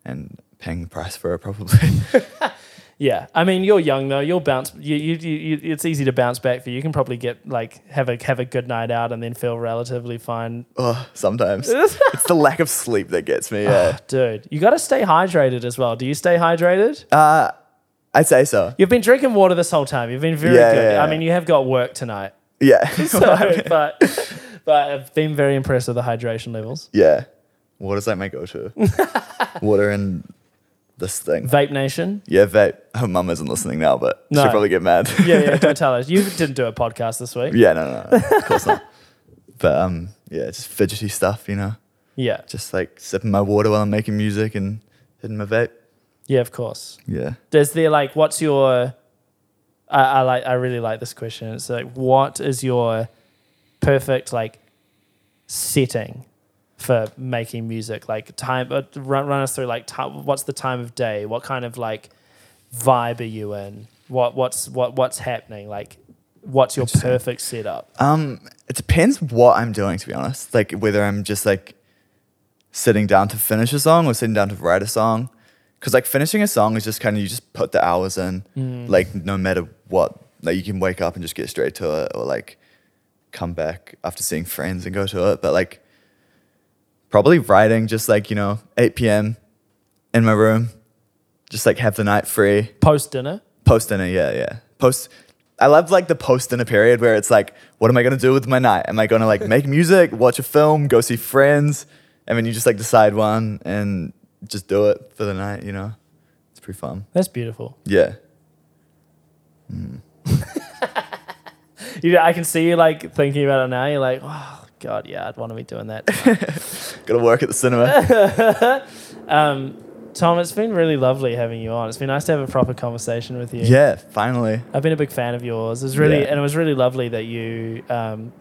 [SPEAKER 2] and paying the price for it probably.
[SPEAKER 1] Yeah, I mean, you're young though. You'll bounce. You, you, you, you- it's easy to bounce back for you. You can probably get like have a have a good night out and then feel relatively fine.
[SPEAKER 2] oh, sometimes. it's the lack of sleep that gets me. Yeah.
[SPEAKER 1] Oh, Dude, you got to stay hydrated as well. Do you stay hydrated?
[SPEAKER 2] Uh I'd say so.
[SPEAKER 1] You've been drinking water this whole time. You've been very
[SPEAKER 2] Yeah,
[SPEAKER 1] good.
[SPEAKER 2] yeah,
[SPEAKER 1] I
[SPEAKER 2] yeah.
[SPEAKER 1] mean, you have got work tonight.
[SPEAKER 2] Yeah.
[SPEAKER 1] so, but but I've been very impressed with the hydration levels.
[SPEAKER 2] yeah. Water's like my go to. Water and this thing.
[SPEAKER 1] Vape Nation.
[SPEAKER 2] Yeah, vape. Her mum isn't listening now, but
[SPEAKER 1] No.
[SPEAKER 2] she'll probably get mad.
[SPEAKER 1] Yeah, yeah. Don't tell us. You didn't do a podcast this week.
[SPEAKER 2] yeah, no, no, no. Of course not. But um, yeah, just fidgety stuff, you know?
[SPEAKER 1] Yeah,
[SPEAKER 2] Just like sipping my water while I'm making music and hitting my vape.
[SPEAKER 1] yeah. Of course.
[SPEAKER 2] Yeah.
[SPEAKER 1] Does there like what's your? I, I like. I really like this question. It's like, what is your perfect like setting for making music? Like time. uh, Run, run us through like ti what's the time of day? What kind of like vibe are you in? What what's what what's happening? Like, what's your
[SPEAKER 2] Interesting.
[SPEAKER 1] perfect setup?
[SPEAKER 2] Um, it depends what I'm doing, to be honest. Like whether I'm just like sitting down to finish a song or sitting down to write a song. Cause like finishing a song is just kind of you just put the hours in, Mm. like no matter what. Like you can wake up and just get straight to it, or like come back after seeing friends and go to it. But like probably writing just like you know 8 p.m. in my room, just like have the night free.
[SPEAKER 1] Post dinner.
[SPEAKER 2] Post dinner, yeah, yeah. Post I love like the post dinner period where it's like, what am I gonna do with my night? Am I gonna like make music, watch a film, go see friends? And then you just like decide one and just do it for the night, you know? It's pretty fun.
[SPEAKER 1] That's beautiful.
[SPEAKER 2] Yeah.
[SPEAKER 1] You, know, I can see you like thinking about it now. You're like, oh god, yeah, I'd want to be doing that.
[SPEAKER 2] Gotta work at the cinema.
[SPEAKER 1] um, Tom, it's been really lovely having you on. It's been nice to have a proper conversation with you.
[SPEAKER 2] yeah, finally.
[SPEAKER 1] I've been a big fan of yours. It was really
[SPEAKER 2] Yeah.
[SPEAKER 1] and it was really lovely that you um,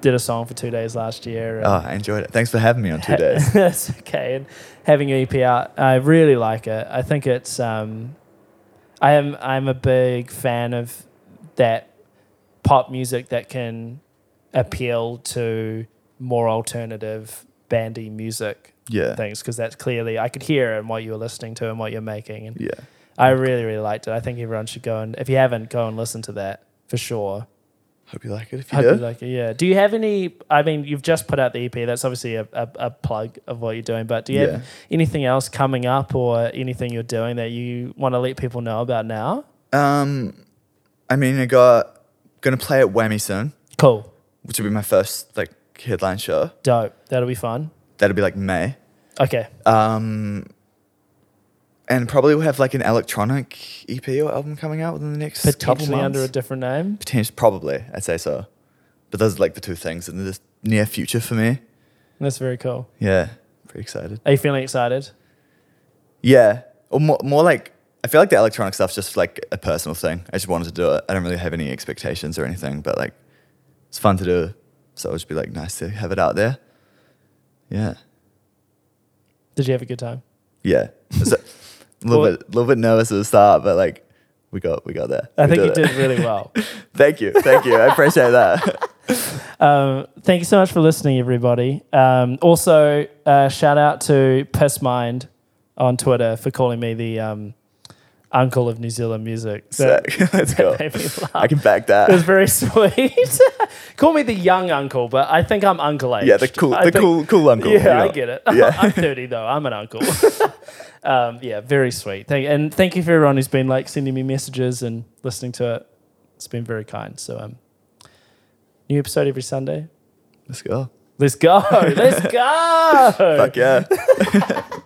[SPEAKER 1] did a song for two days last year. and-
[SPEAKER 2] Oh, I enjoyed it. Thanks for having me on two days.
[SPEAKER 1] That's okay. And having your EP out, I really like it. I think it's. Um, I am. I'm a big fan of that pop music that can appeal to more alternative bandy music
[SPEAKER 2] Yeah.
[SPEAKER 1] things because that's clearly I could hear in what you were listening to and what you're making, and
[SPEAKER 2] Yeah.
[SPEAKER 1] I really really liked it. I think everyone should go and if you haven't, go and listen to that for sure.
[SPEAKER 2] Hope you like it if you
[SPEAKER 1] Hope you
[SPEAKER 2] do.
[SPEAKER 1] like it, yeah. Do you have any? I mean, you've just put out the EP. That's obviously a, a, a plug of what you're doing. But do you
[SPEAKER 2] Yeah.
[SPEAKER 1] have anything else coming up or anything you're doing that you want to let people know about now?
[SPEAKER 2] um I mean I got gonna play at Whammy soon,
[SPEAKER 1] Cool,
[SPEAKER 2] which will be my first like headline show.
[SPEAKER 1] dope. That'll be fun.
[SPEAKER 2] That'll be like May.
[SPEAKER 1] Okay,
[SPEAKER 2] Um, and probably we'll have like an electronic EP or album coming out within the next couple
[SPEAKER 1] potentially
[SPEAKER 2] months.
[SPEAKER 1] under a different name.
[SPEAKER 2] Potentially, probably, I'd say so. But those are like the two things in the near future for me.
[SPEAKER 1] That's very cool.
[SPEAKER 2] Yeah, pretty excited.
[SPEAKER 1] Are you feeling excited?
[SPEAKER 2] Yeah, or more, more like I feel like the electronic stuff's just like a personal thing. I just wanted to do it. I don't really have any expectations or anything, but like it's fun to do. So it would just be like nice to have it out there. Yeah,
[SPEAKER 1] Did you have a good time?
[SPEAKER 2] yeah. So, a little
[SPEAKER 1] Well-
[SPEAKER 2] bit, little bit nervous at the start, but like we got, we got there.
[SPEAKER 1] I
[SPEAKER 2] We
[SPEAKER 1] think you
[SPEAKER 2] it.
[SPEAKER 1] did really well.
[SPEAKER 2] Thank you. Thank you. I appreciate that.
[SPEAKER 1] Um, thank you so much for listening, everybody. Um, also, uh, shout out to Piss Mind on Twitter for calling me the um, uncle of New Zealand music. That-
[SPEAKER 2] Sick. Let's go.
[SPEAKER 1] that made me laugh.
[SPEAKER 2] I can back
[SPEAKER 1] It was
[SPEAKER 2] that.
[SPEAKER 1] very sweet. Call me the young uncle, but I think I'm uncle aged.
[SPEAKER 2] Yeah, the cool, the cool, cool uncle.
[SPEAKER 1] Yeah,
[SPEAKER 2] you know.
[SPEAKER 1] I get it.
[SPEAKER 2] Yeah.
[SPEAKER 1] I'm 30 though. I'm an uncle. um, yeah, very sweet. Thank and thank you for everyone who's been like sending me messages and listening to it. It's been very kind. So um, new episode every Sunday.
[SPEAKER 2] Let's go.
[SPEAKER 1] Let's go. Let's go.
[SPEAKER 2] Fuck yeah.